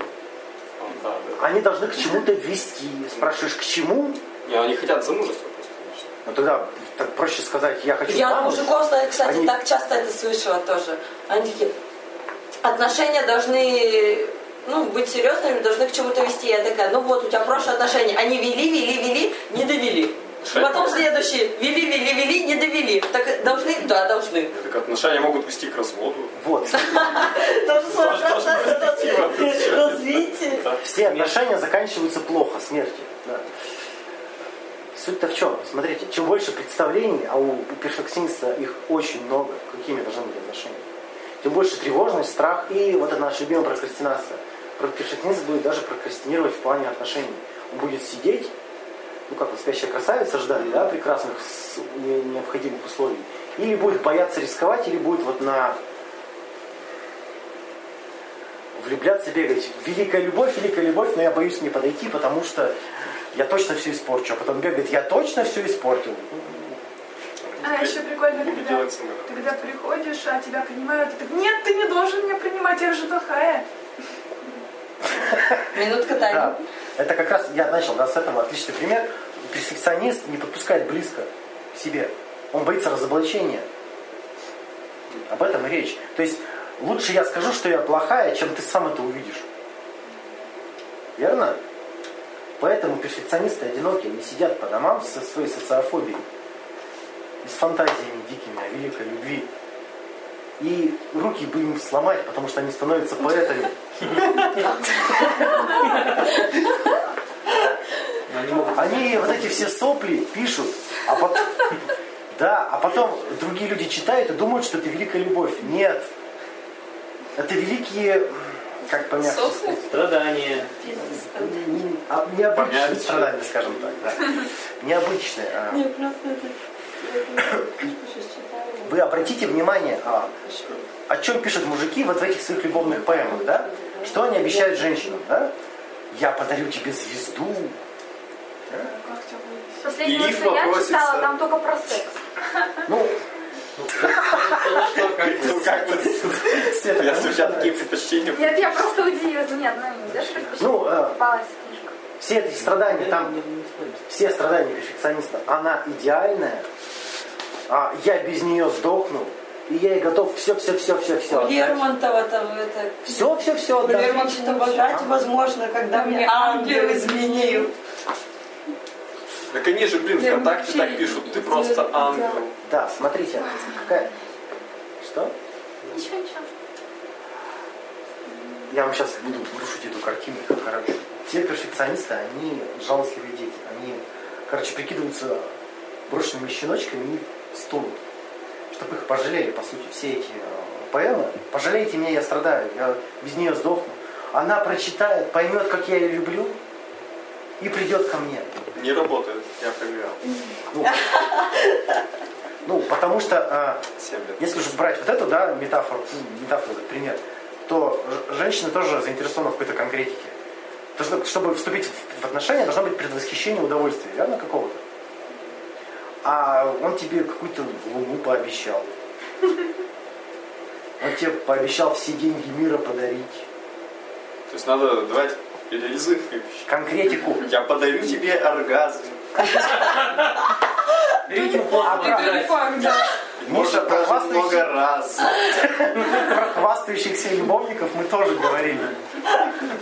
S3: Да, да.
S1: Они должны к чему-то вести. Спрашиваешь, к чему?
S3: Не, они хотят замужества просто. конечно.
S1: Ну тогда так проще сказать, я хочу
S6: Я от
S1: замуж.
S6: мужиков, кстати,
S1: Они-
S6: так часто это слышала тоже. Они такие, отношения должны ну, быть серьезными, должны к чему-то вести. Я такая, ну вот, у тебя прошлые отношения. Они вели, вели, вели, не довели.
S3: Шесть.
S6: Потом следующие. Вели, вели, вели, не довели. Так должны? Да, должны.
S3: Так отношения могут вести к разводу.
S1: Вот.
S6: Должно
S3: должна перспектива.
S6: развитие.
S1: Все отношения заканчиваются плохо, смертью. да. Суть-то в чем? Смотрите, чем больше представлений, а у перфекциониста их очень много, какими должны быть отношения, тем больше тревожность, страх и вот это наша любимая прокрастинация. Про- Перфекционист будет даже прокрастинировать в плане отношений. Он будет сидеть, ну как вот спящая красавица ждать, да, прекрасных с- не- необходимых условий. Или будет бояться рисковать, или будет вот на влюбляться, бегать. Великая любовь, великая любовь, но я боюсь не подойти, потому что я точно все испорчу. А потом бегает, я точно все испортил.
S2: А еще прикольно,
S3: Буду
S2: когда,
S3: делать сама.
S2: ты когда приходишь, а тебя принимают, и ты нет, ты не должен меня принимать, я же плохая.
S6: Минутка тайны.
S1: Да. Это как раз я начал да, с этого отличный пример. Перфекционист не подпускает близко к себе. Он боится разоблачения. Об этом и речь. То есть лучше я скажу, что я плохая, чем ты сам это увидишь. Верно? Поэтому перфекционисты одинокие, они сидят по домам со своей социофобией. И с фантазиями дикими о великой любви. И руки бы им сломать, потому что они становятся поэтами.
S4: Они могут
S1: Они вот эти все сопли пишут, а потом... Да, а потом другие люди читают и думают, что это великая любовь. Нет. Это великие... м, Как помягче? сказать?
S4: страдания.
S1: Н- а, Необычные
S3: Помягче.
S1: страдания, скажем так. Да. Необычные. а.
S6: Не, просто это... я сейчас читала.
S1: Вы обратите внимание, а, о чем пишут мужики вот в этих своих любовных поэмах, да? Что они обещают женщинам, да? Я подарю тебе звезду.
S9: Последнее,
S3: Лиф
S9: что я
S3: попросится.
S9: читала, там только про секс.
S1: Ну,
S3: Ну как бы,
S1: Света,
S3: я
S1: кому
S3: у тебя такие
S1: нравится?
S3: предпочтения.
S9: Нет, я просто удивилась. Ну, Нет, ну не знаешь, как
S1: ну, э,
S9: попалась книжка.
S1: все эти страдания там все страдания перфекциониста, она идеальная, а я без нее сдохну, и я ей готов
S6: У
S1: все-все-все-все-все.
S6: Лермонтова там это...
S1: Все-все-все
S6: У Лермонтова брать возможно, когда мне ангел изменил.
S3: Так они же, блин, ВКонтакте так пишут, ты просто ангел.
S1: Да, смотрите, какая... Что?
S9: Ничего, ничего.
S1: Я вам сейчас буду рушить эту картину, короче. Те перфекционисты, они жалостливые дети. Они, короче, прикидываются брошенными щеночками и стонут. Чтобы их пожалели, по сути, все эти э, поэмы. Пожалейте меня, я страдаю, я без нее сдохну. Она прочитает, поймет, как я ее люблю, и придет ко мне.
S3: Не работает, я проверял.
S1: Ну, ну, потому что э,
S3: Семь лет.
S1: если же брать вот эту, да, метафору, ну, метафору, за пример, то ж- женщина тоже заинтересована в какой-то конкретике. Должно- чтобы вступить в- в отношения, должно быть предвосхищение удовольствия, верно, какого-то? А он тебе какую-то луну пообещал. Он тебе пообещал все деньги мира подарить.
S3: То есть надо давать Или язык выпущу.
S1: Конкретику.
S3: Я подарю тебе оргазм.
S4: Берите плохо подбирать.
S7: Факт, да.
S1: Миша,
S3: Может, даже
S1: прохвастаешься?
S3: много раз.
S1: Про хвастающихся любовников мы тоже говорили.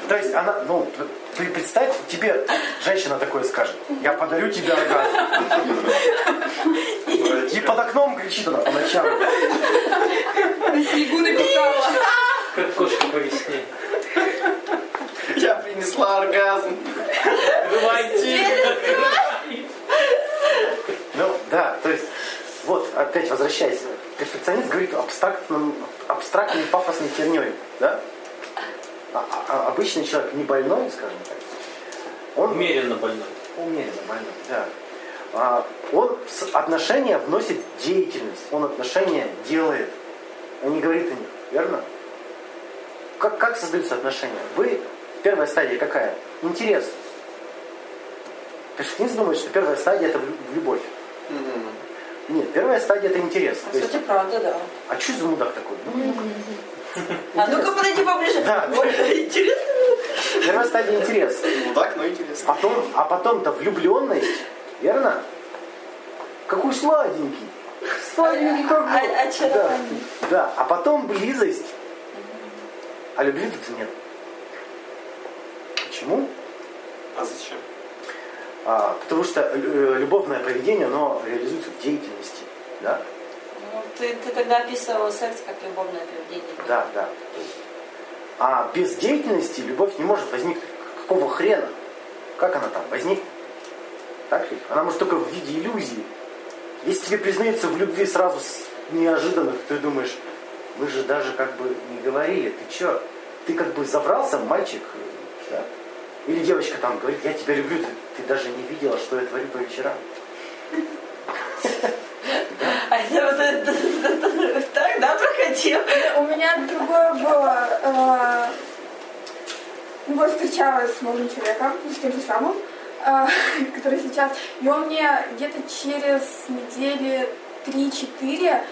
S1: То есть она, ну, ты представь, тебе женщина такое скажет. Я подарю тебе оргазм. И под окном кричит она по ночам.
S7: На снегу написала.
S4: Как кошки по весне.
S3: Я принесла оргазм.
S4: Открывайте.
S1: Ну, да, то есть, вот, опять возвращаясь. Перфекционист говорит абстрактным, абстрактной пафосной херней, да? А- а- а обычный человек не больной, скажем так. Он
S4: Умеренно больной.
S1: умеренно больной, да. А, он с- отношения вносит деятельность, он отношения делает, он не говорит о них, верно? Как, как создаются отношения? Вы, первая стадия какая? Интерес. Перфекционист думает, что первая стадия это в лю- в любовь. Нет, первая стадия это интерес. То есть,
S6: Кстати, правда, да.
S1: а что за мудак такой? Ну,
S6: А ну-ка подойди поближе.
S1: Да.
S6: Ой, интересно.
S1: Первая стадия интерес.
S3: Ну так, но интересно.
S1: Потом, а потом-то влюбленность, верно? Какой сладенький. Сладенький какой.
S6: А-
S1: да.
S6: очарование.
S1: да, а потом близость. А любви тут нет. Почему?
S3: А зачем?
S1: А, потому что э, любовное поведение, оно реализуется в деятельности. Да?
S6: Ну, ты, ты тогда описывала секс как любовное поведение.
S1: Да, да. А без деятельности любовь не может возникнуть. Какого хрена? Как она там возникнет? Так ведь? Она может только в виде иллюзии. Если тебе признаются в любви сразу с- неожиданно, ты думаешь, мы же даже как бы не говорили, ты чё? Ты как бы заврался, мальчик, да? Или девочка там говорит, я тебя люблю, ты, ты даже не видела, что я творю по вечерам.
S6: А это вот это- это- это- так, да, проходил?
S8: У меня другое было. э, ну, вот встречалась с молодым человеком, ну, с тем же самым, э, который сейчас. И он мне где-то через недели 3-4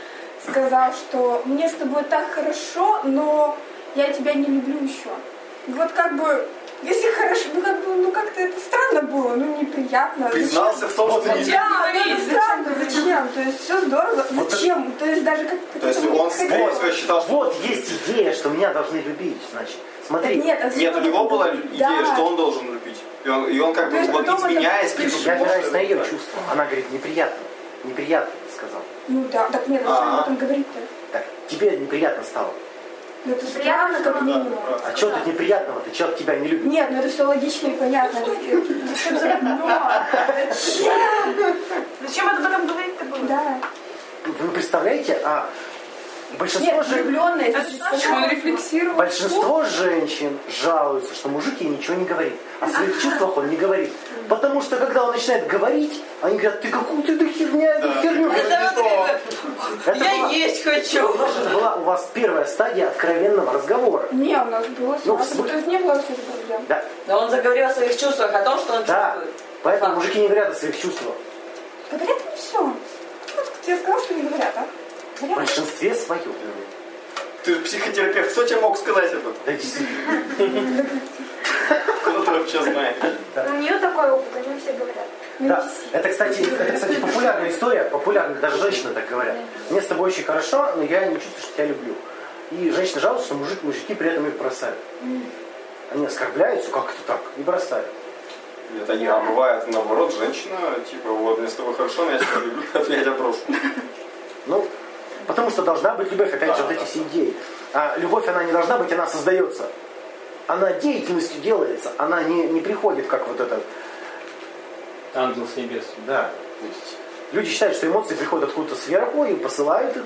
S8: сказал, что мне с тобой так хорошо, но я тебя не люблю еще. И вот как бы, если хорошо, ну как бы, ну как-то это странно было, ну неприятно.
S3: Признался в том, что не
S8: Да, ну это странно, зачем? То есть все здорово,
S1: Вот это-
S8: зачем? То есть даже как
S3: То есть он с детства считал, что...
S1: Вот есть идея, что меня должны любить, значит. Смотри,
S8: Нет, а
S3: Нет, у
S8: зачем
S3: него
S8: это
S3: была
S8: делать?
S3: идея,
S8: Да.
S3: что он должен любить. И он, и он как
S8: То
S3: бы
S8: есть
S3: вот
S8: потом это
S3: изменяясь, типа,
S8: пришло.
S1: я опираюсь на ее
S3: да.
S1: чувства. Она говорит, неприятно. Неприятно, сказал.
S8: Ну да, так нет, зачем
S3: А-а.
S8: об этом говорить-то?
S1: Так, тебе неприятно стало.
S8: Ну это
S9: Приятно,
S8: странно, как
S9: да,
S8: минимум.
S3: да.
S1: А что тут неприятного? Ты человек тебя не любит.
S8: Нет, ну это все логично и понятно. Это всё равно.
S2: Зачем об этом говорить-то было?
S8: Да.
S1: Вы представляете? А большинство,
S8: Нет,
S1: же-
S8: влюбленность.
S2: Это
S8: это
S2: что,
S7: Он
S8: всё-
S7: рефлексировал.
S1: большинство женщин жалуются, что мужик ей ничего не говорит. О своих чувствах он не говорит. Потому что когда он начинает говорить, они говорят, ты какую ты херня, эту херню.
S6: Это вот как бы,
S1: Ну, Это
S6: я
S1: была-
S6: есть хочу.
S1: Потому что это была у вас первая стадия откровенного разговора.
S8: Не, у нас было
S1: Ну, в
S8: сразу.
S1: смысле?
S8: То есть не было всех проблем.
S1: Да,
S6: Но он заговорил о своих чувствах, о том, что он
S1: да.
S6: чувствует.
S1: Поэтому
S6: Да.
S1: мужики не говорят о своих чувствах.
S8: Говорят, не все. Вот тебе сказал, что не говорят, а?
S1: В
S8: Говорят,
S1: большинстве своем.
S3: Ты же психотерапевт, кто тебе мог сказать об этом?
S1: Да, действительно.
S3: Кто ты вообще знает?
S9: У нее такой опыт, они все говорят.
S8: ну,
S1: Да.
S8: не
S1: Это, кстати, это, кстати, популярная история, популярная, даже женщины так говорят. Мне с тобой очень хорошо, но я не чувствую, что тебя люблю. И женщины жалуются, что мужик, мужики при этом их бросают. Они оскорбляются, как это так, и бросают.
S3: Нет, они, а бывает наоборот, женщина, типа, вот, мне с тобой хорошо, но я тебя люблю, а я тебя брошу.
S1: Ну, потому что должна быть любовь, опять же,
S3: Да,
S1: вот эти
S3: да.
S1: все идеи. А любовь, она не должна быть, она создается. Она деятельностью делается, она не, не приходит, как вот этот,
S4: Ангел с небес.
S1: Да. То есть люди считают, что эмоции приходят откуда-то сверху и посылают их.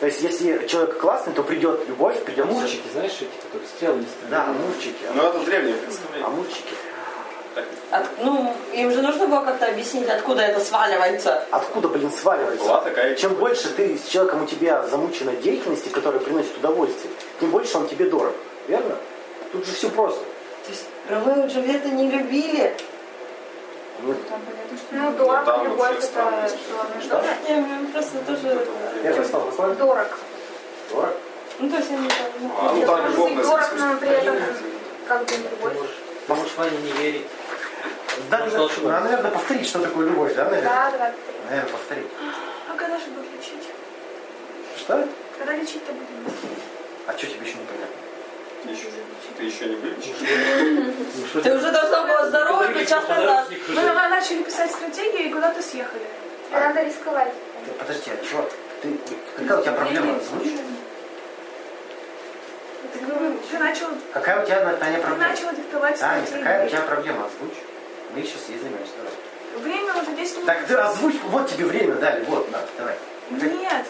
S1: То есть если человек классный, то придет любовь, придет...
S4: Мурчики, знаешь, эти, которые стрелы не
S1: Да, А
S4: стреляют.
S1: амурчики.
S3: Ну, это древнее представление.
S1: Амурчики.
S6: От- ну, им же нужно было как-то объяснить, откуда это сваливается.
S1: Откуда, блин, сваливается?
S3: Была такая
S1: Чем больше ты с человеком у тебя замучена деятельности, которая приносит удовольствие, тем больше он тебе дорог. Верно? Тут же все просто.
S6: То есть Ромео и Джульетта не любили.
S1: Нет.
S8: там понятно, что-
S9: Ну,
S3: Ну,
S9: дорого,
S3: там
S9: любовь,
S3: вообще странная
S9: это
S3: история.
S9: что,
S1: Да?
S9: нужно.
S1: Я
S6: Я м, просто тоже...
S1: же стал посланник.
S9: Дорог.
S1: Дорог.
S6: Ну, то есть они там...
S3: А, ну, там любовная
S9: Дорог,
S3: зависимость.
S9: но при этом как бы не любовь.
S4: Ты можешь- Может, Ваня не верит.
S1: Надо,
S4: Может, ошибаюсь.
S1: надо, наверное, повторить, что такое любовь, да, наверное?
S9: Да, да.
S1: Наверное, повторить.
S2: А когда же будет лечить?
S1: Что?
S2: Когда лечить-то будем?
S1: А что тебе еще не понятно?
S3: Ты еще, ты еще не вылечишь?
S4: Ну,
S6: Ты уже должна была здоровой быть час назад.
S2: Мы на- начали писать стратегии и куда-то съехали.
S9: Надо рисковать.
S1: Ты, подожди, а что? Ты, какая у тебя проблема? Озвучь.
S2: Ты, ты начал,
S1: Какая у тебя, Таня,
S2: ты
S1: проблема?
S2: начал диктовать
S1: Таня, какая у тебя
S2: стратегии.
S1: проблема? Озвучь. Мы сейчас ей занимаемся. Давай.
S2: Время уже 10 минут.
S1: Так ты озвучь, вот тебе время дали, вот, на, давай.
S2: Нет.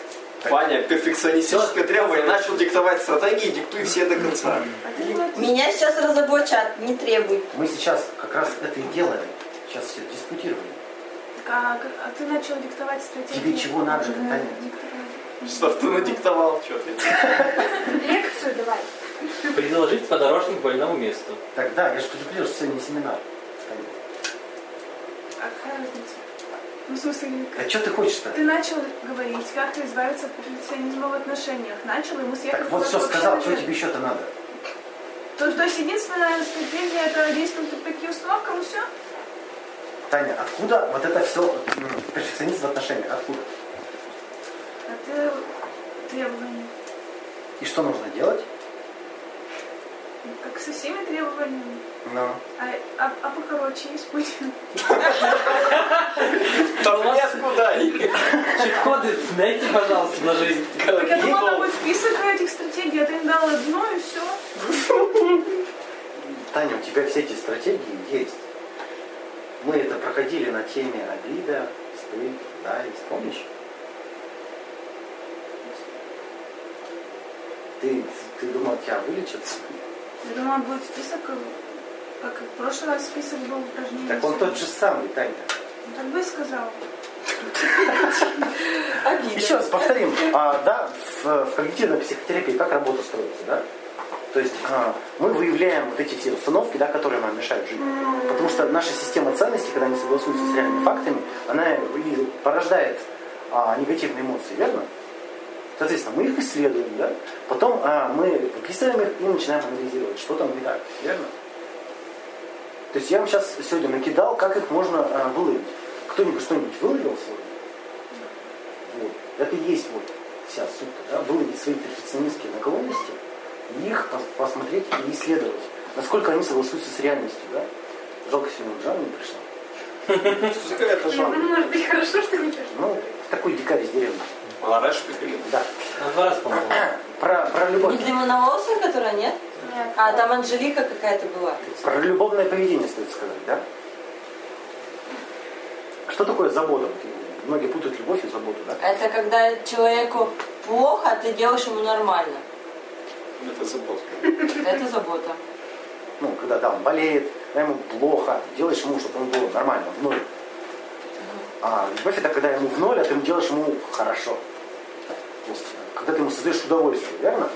S3: Ваня, перфекционистическое требование, начал диктовать стратегии, диктуй все до конца.
S2: А ты не напи-
S6: Меня сейчас разоблачат, не требуй.
S1: Мы сейчас как раз это и делаем. Сейчас все диспутировали.
S2: Так, а, как- а ты начал диктовать стратегии.
S1: Тебе чего надо, Таня?
S3: Что ты надиктовал, что ты?
S9: Лекцию давай.
S4: Предложить подорожник больному месту.
S1: Тогда, я же предупредил, что сегодня семинар. Таня.
S2: А какая разница? Ну, в смысле,
S1: Да что ты хочешь-то?
S2: Ты начал говорить, как ты избавиться от перфекционизма в отношениях. Начал, и мы съехали.
S1: Так вот все сказал, что тебе еще-то надо?
S2: То, то есть единственная стратегия это действовать по таким установкам, и все?
S1: Таня, откуда вот это все перфекционизм в отношениях? Откуда?
S2: А ты требования.
S1: И что нужно делать?
S2: Как со всеми требованиями.
S1: Ну.
S2: А, а, а покороче есть путь.
S3: Там ниоткуда.
S4: Чит-коды дайте, пожалуйста, на жизнь.
S2: Так я думала, там будет список этих стратегий, а ты им дал одно и все.
S1: Таня, у тебя все эти стратегии есть. Мы это проходили на теме обида, стыд, зависть. Помнишь? Ты, ты думал, тебя вылечат?
S2: Я думала, будет список, как и в прошлый раз список был упражнений.
S1: Так он тот же самый, Таня.
S2: Ну, Так бы и сказал.
S1: Еще раз повторим, а, да, в, в когнитивной психотерапии как работа строится, да? То есть а, мы выявляем вот эти все установки, да, которые нам мешают жить. Потому что наша система ценностей, когда они согласуются с реальными фактами, она и порождает а, негативные эмоции, верно? Соответственно, мы их исследуем, да? Потом а, мы выписываем их и начинаем анализировать, что там не так, верно? То есть я вам сейчас сегодня накидал, как их можно а, выловить. Кто-нибудь что-нибудь выловил сегодня? Вот. Это и есть вот вся суть, да, выловить свои перфекционистские наклонности, и их пос- посмотреть и исследовать, насколько они согласуются с реальностью, да. Жалко, сегодня Джан не пришла.
S3: Что за какая-то жанр?
S9: Может быть, хорошо, что не пришло.
S1: Ну, такой дикарь из деревни.
S3: Она А раньше приходила.
S1: Да.
S4: На два раза помогло.
S1: Про, про любовь.
S6: Не длинноволосая, которая нет? Нет. А там Анжелика какая-то была.
S1: Про любовное поведение стоит сказать, да? Что такое забота? Вот Многие путают любовь и заботу, да?
S6: Это когда человеку плохо, а ты делаешь ему нормально.
S3: Это забота.
S6: Это забота.
S1: Ну, когда да, он болеет, да, ему плохо, делаешь ему, чтобы ему было нормально, в ноль. А любовь это когда ему в ноль, а ты ему делаешь ему хорошо. То есть, когда ты ему создаешь удовольствие, верно?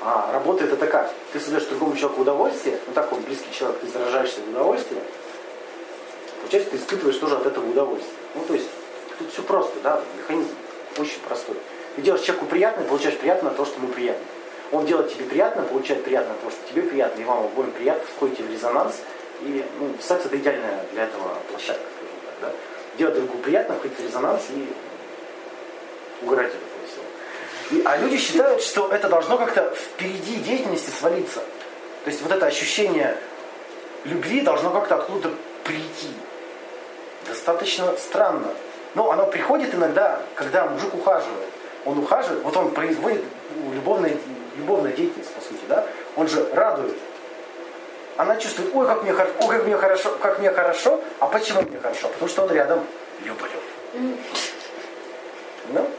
S1: А работа это такая. Ты создаешь другому человеку удовольствие, ну так он близкий человек, ты заражаешься в удовольствие, получается, ты испытываешь тоже от этого удовольствие. Ну, то есть, тут все просто, да, механизм очень простой. Ты делаешь человеку приятное, получаешь приятно от того, что ему приятно. Он делает тебе приятно, получает приятно от того, что тебе приятно, и вам обоим приятно, входите в резонанс. И ну, секс это идеальная для этого площадка, скажем так, да. Делать другу приятно, входить в резонанс и угорать от этого всего. И- а люди считают, что это должно как-то впереди деятельности свалиться. То есть вот это ощущение любви должно как-то откуда-то прийти. Достаточно странно. Но оно приходит иногда, когда мужик ухаживает. Он ухаживает, вот он производит любовную, любовную деятельность, по сути, да? Он же радует. Она чувствует, ой, как мне, хор- ой, как мне хорошо, как мне хорошо. А почему мне хорошо? Потому что он рядом. Люблю. Ну,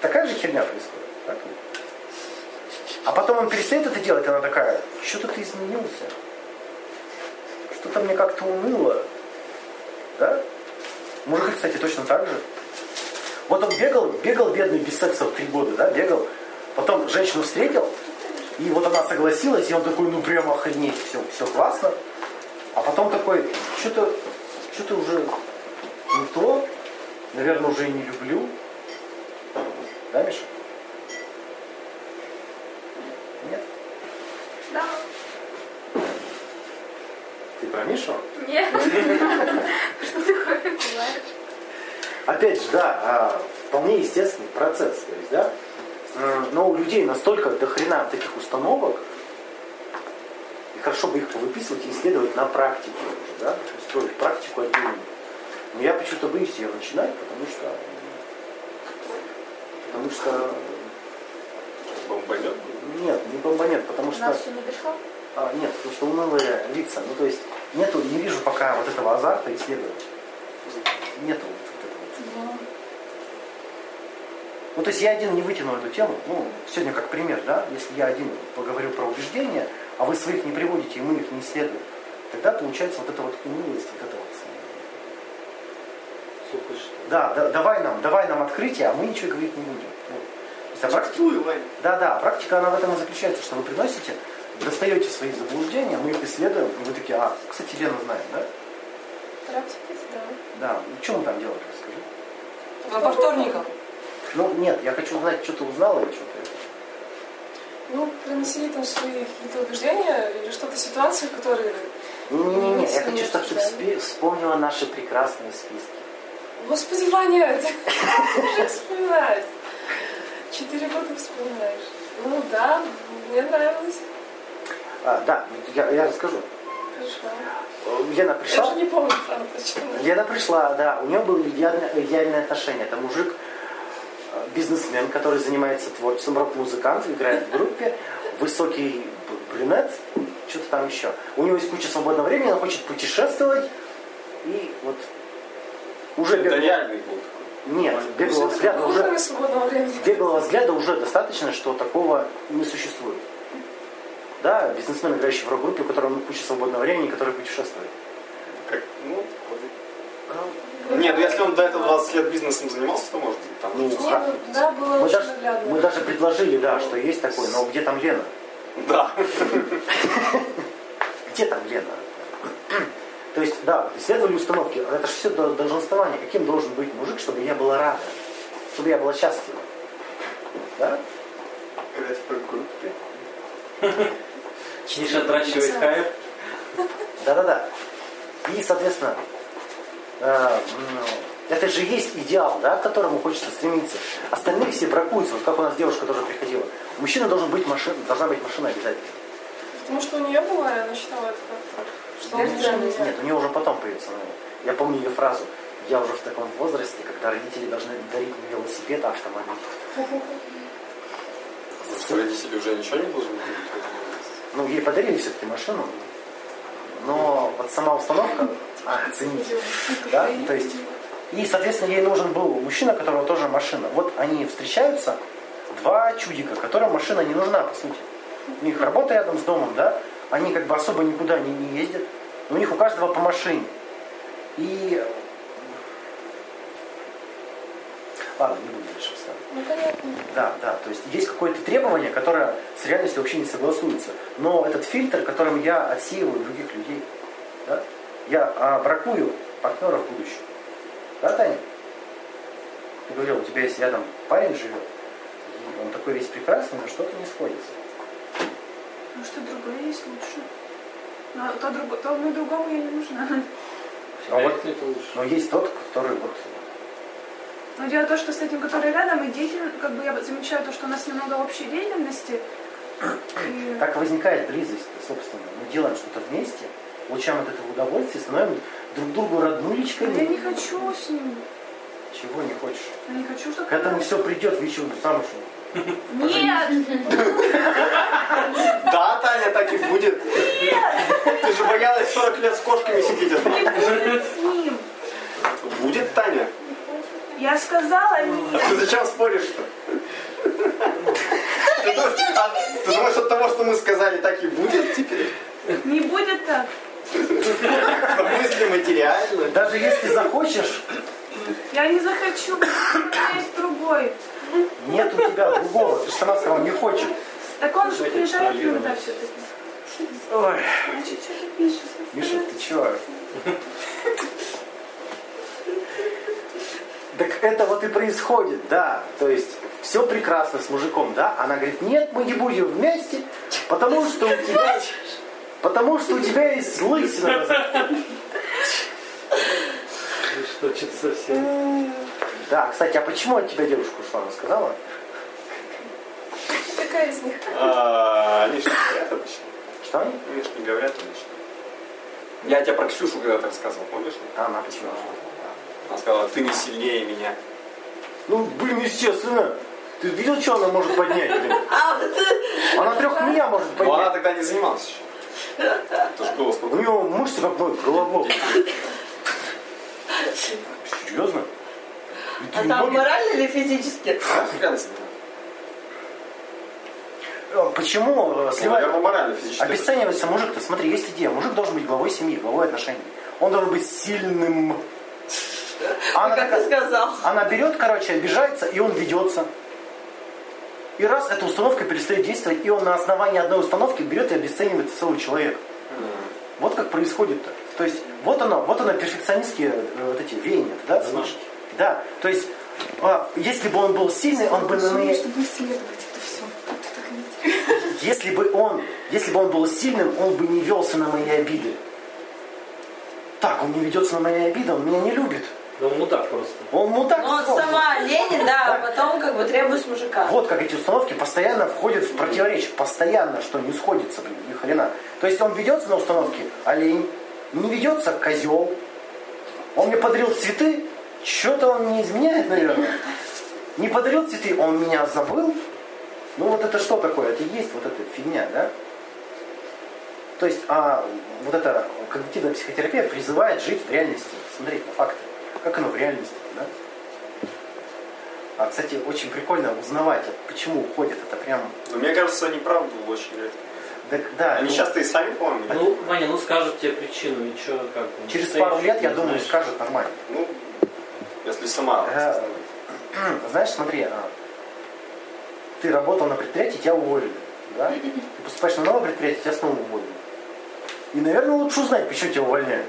S1: такая же херня происходит. так ведь? А потом он перестает это делать, она такая, что-то ты изменился. Что-то мне как-то уныло. Да? Мужик, кстати, точно так же. Вот он бегал, бегал бедный без секса в три года, да, бегал. Потом женщину встретил, и вот она согласилась, и он такой, ну прям охренеть, все, все классно. А потом такой, что-то, что-то уже не то, наверное, уже и не люблю. Да, Миша? Нет?
S2: Да.
S1: Ты про Мишу?
S9: Нет. Что такое бывает?
S1: Опять же, да, а, вполне естественный процесс. То есть, да? М, Но у людей настолько дохрена таких установок, и хорошо бы их выписывать и исследовать на практике уже, да? Устроить практику отдельно. Но я почему-то боюсь ее начинать, потому что... Потому что...
S3: Бомбанет.
S1: Нет, не бомбанет, потому
S9: У
S1: что...
S9: нас еще не дошло?
S1: А, нет, потому что унылые лица. Ну, то есть, нету, не вижу пока вот этого азарта исследования. Нету вот этого. Ну, то есть, я один не вытяну эту тему. Ну, сегодня как пример, да? Если я один поговорю про убеждения, а вы своих не приводите, и мы их не исследуем, тогда получается вот эта вот унылость, вот эта вот.
S4: Сухо, что ли?
S1: Да, да, давай нам, давай нам открытие, а мы ничего говорить не будем. Ну, то есть, а практика-
S3: Диктуй, Вань.
S1: да, да, практика, она в этом и заключается, что вы приносите, достаете свои заблуждения, мы их исследуем, и вы такие, а, кстати, Лена знает, да?
S9: Практика, да.
S1: Да, ну что мы там делали, расскажи.
S6: Ну, По вторникам.
S1: Ну, нет, я хочу узнать, что ты узнала и что ты...
S10: Ну, приносили там свои какие-то убеждения или что-то ситуации, которые...
S1: Не-не-не, я
S10: Если
S1: хочу,
S10: нет,
S1: чтобы ты
S10: да.
S1: вспи- вспомнила наши прекрасные списки.
S10: Господи, Ваня, это уже вспоминать. Четыре года вспоминаешь. Ну да, мне нравилось.
S1: А, да, я, я расскажу.
S10: Хорошо.
S1: Э, Лена
S10: Я
S1: пришла,
S10: уже не помню, правда, точно.
S1: Лена пришла, да, у нее было идеальное, идеальное отношение. Это мужик, э, бизнесмен, который занимается творчеством, рок-музыкант, играет в группе, высокий б- брюнет, что-то там еще. У него есть куча свободного времени, он хочет путешествовать, и вот уже
S3: Это
S1: бег-
S3: реальный был такой.
S1: Нет, беглого
S10: Всё-таки
S1: взгляда
S10: было
S1: уже...
S10: время свободного времени.
S1: беглого взгляда уже достаточно, что такого не существует. Да, бизнесмен, играющий в рок-группе, у которого куча свободного времени, который путешествует.
S3: Как, ну, вот. Не, ну если он до этого 20 лет бизнесом занимался, то может быть там.
S1: Ну,
S10: Не, ну, да, было
S1: Мы
S10: очень
S1: даже,
S10: наглядно.
S1: мы даже предложили, да, что есть такой, но где там Лена?
S3: Да.
S1: Где там Лена? То есть, да, исследовали установки. Это же все до- долженствование. Каким должен быть мужик, чтобы я была рада? Чтобы я была счастлива? Да?
S3: Играть в группе.
S4: Миша отращивает хайп.
S1: Да-да-да. И, соответственно, э, м, это же есть идеал, да, к которому хочется стремиться. Остальные все бракуются, вот как у нас девушка тоже приходила. Мужчина должен быть машина, должна быть машина обязательно.
S10: Потому что у нее была, и она считала это как-то, что он лучше меня.
S1: Нет, у нее уже потом появится. наверное. Я помню ее фразу. Я уже в таком возрасте, когда родители должны дарить мне велосипед, а автомобиль.
S3: Ну, Что родители уже ничего не должны быть в этом возрасте?
S1: Ну, ей подарили все-таки машину, но вот сама установка, а, ценить, да, то есть, и, соответственно, ей нужен был мужчина, которого тоже машина. Вот они встречаются, два чудика, которым машина не нужна, по сути. У них работа рядом с домом, да, они как бы особо никуда не, не ездят, у них у каждого по машине. И... Ладно, не буду дальше вставать.
S10: Ну, понятно.
S1: Да, да, то есть есть какое-то требование, которое с реальностью вообще не согласуется. Но этот фильтр, которым я отсеиваю других людей, да, я а, бракую партнеров будущего. Да, Таня? Ты говорил, у тебя есть рядом парень живет, и он такой весь прекрасный, но что-то не сходится.
S2: Ну что, другое есть лучше. Но то, друго- тому и другому я не нужна.
S1: А вот-
S4: Всегда это лучше.
S1: Но есть тот, который вот...
S2: Но дело в том, что с этим, который рядом, и деятель, как бы я замечаю то, что у нас немного общей деятельности. И
S1: Так возникает близость, собственно. Мы делаем что-то вместе, получаем от этого удовольствие, становимся друг другу
S2: я не
S1: роднулечками.
S2: хочу с ним.
S1: Чего не хочешь.
S2: Я не хочу, чтобы...
S1: К этому все придет, вечер замуж.
S2: Нет!
S3: Да, Таня, так и будет. Ты же боялась 40 лет с кошками сидеть.
S2: Не будет с ним!
S3: Будет, Таня.
S2: Я сказала
S3: А
S2: нет!
S3: ты зачем споришь-то? Ты думаешь, а ты думаешь, от того, что мы сказали, так и будет теперь?
S2: Не будет так!
S3: Что мыслим и теряем?
S1: Даже если захочешь,
S2: Я не захочу, потому что у меня есть другой.
S1: нет у тебя другого. Ты же сама сказала, не хочет.
S2: Так он же приезжает иногда все-таки.
S1: Ой,
S2: Значит, что ты пишешь?
S1: Миша, ты чё? Так это вот и происходит, да. То есть все прекрасно с мужиком, да? Она говорит, нет, мы не будем вместе, потому что у тебя... Потому что у тебя есть лысина. на затылке.
S4: Ну что, что-то совсем.
S1: Да, кстати, а почему от тебя девушка ушла, она сказала?
S10: Какая из них?
S3: А, Они же не говорят обычно.
S1: Что?
S3: Они же не говорят обычно. Я тебе про Ксюшу когда-то рассказывал, помнишь?
S1: А она почему ушла?
S3: Она сказала, ты не сильнее меня.
S1: Ну, блин, естественно. Ты видел, что она может поднять? блин?
S6: А
S1: Она трех меня может
S3: Но Ну, она
S1: поднять.
S3: тогда не занималась еще. Тоже голос был.
S1: У нее мышцы как мой головок. Серьезно?
S6: А там морально или физически?
S3: А, хрен с ним.
S1: Э, Почему э,
S3: Ну,
S1: сливают?
S3: Наверное, морально, физически.
S1: Обесценивается мужик, то смотри, есть идея. Мужик должен быть главой семьи, главой отношений. Он должен быть сильным. А Она,
S6: Как ты
S1: такая-
S6: сказал.
S1: она берет, короче, обижается, и он ведется. И раз эта установка перестает действовать, и он на основании одной установки берет и обесценивает целого человека. Вот как происходит-то. То есть вот оно, вот оно перфекционистские э, вот эти веяния, да,
S4: Замашки.
S1: Да, то есть а, если бы он был сильный, он бы на ней-
S8: Чтобы исследовать это все.
S1: если бы он, если бы он был сильным, он бы не велся на мои обиды. Так, он не ведется на мои обиды, он меня не любит.
S4: Ну, мудак просто.
S1: Он мудак.
S6: Ну,
S1: сложный.
S6: сама Ленин, да, а потом как бы требует с мужика.
S1: Вот как эти установки постоянно входят в противоречие, постоянно, что не сходится, блин, ни хрена. То есть он ведется на установке олень, не ведется козел. Он мне подарил цветы, что-то он не изменяет, наверное. Не подарил цветы, он меня забыл. Ну вот это что такое? Это и есть вот эта фигня, да? То есть а, вот эта когнитивная психотерапия призывает жить в реальности, смотреть на факты. Как оно в реальности, да? А, кстати, очень прикольно узнавать, вот почему уходит. Это прям...
S3: Но мне кажется, они правду очень редко.
S1: Да, да,
S3: Они
S1: ну,
S3: часто и сами, по-моему, не-
S4: Ну, Ваня, ну скажут тебе причину, и что, как бы.
S1: Через
S4: Ты
S1: пару
S4: еще
S1: лет,
S4: не
S1: я думаю,
S4: знаешь.
S1: скажут нормально.
S3: Ну, если сама.
S1: Э, Знаешь, смотри, а, ты работал на предприятии, тебя уволили. Да? Ты поступаешь на новое предприятие, тебя снова уволили. И, наверное, лучше узнать, почему тебя увольняют.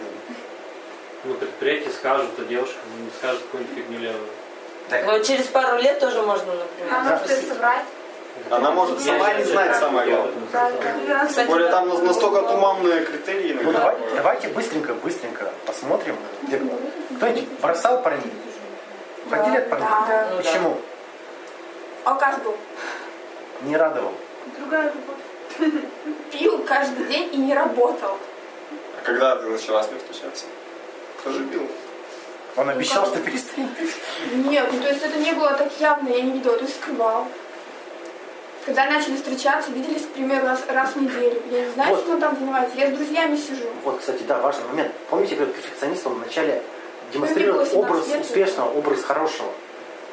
S4: Ну, предприятие скажут, а девушка ну, не скажет какую-нибудь фигню левую.
S6: Но через пару лет тоже можно, например.
S1: Да.
S9: Она может соврать.
S3: Она
S1: Ну,
S3: может сама не знать самое
S4: Я об
S3: главное.
S4: этом сказал.
S3: Тем более там на- настолько туманные критерии
S1: Ну,
S3: иногда.
S1: давай- давайте быстренько, быстренько посмотрим. Где-
S8: Ну,
S1: Кто-нибудь бросал парней? Уходили от парней?
S8: Да.
S6: Ну да.
S1: Почему?
S8: А каждый
S1: Не радовал.
S2: Другая любовь.
S8: пил каждый день и не работал.
S3: А когда ты начала с ним встречаться? Кто же бил?
S1: Он
S8: Ну,
S1: обещал, что перестанет.
S8: Нет, ну то есть это не было так явно, я не видела, то есть скрывал. Когда начали встречаться, виделись, к примеру, раз, раз в неделю. Я не знаю,
S1: Вот.
S8: чем он там занимается, я с друзьями сижу.
S1: Вот, кстати, да, важный момент. Помните, как перфекционист, он вначале демонстрирует
S8: Ну, либо
S1: образ
S8: 18 лет.
S1: успешного, образ хорошего.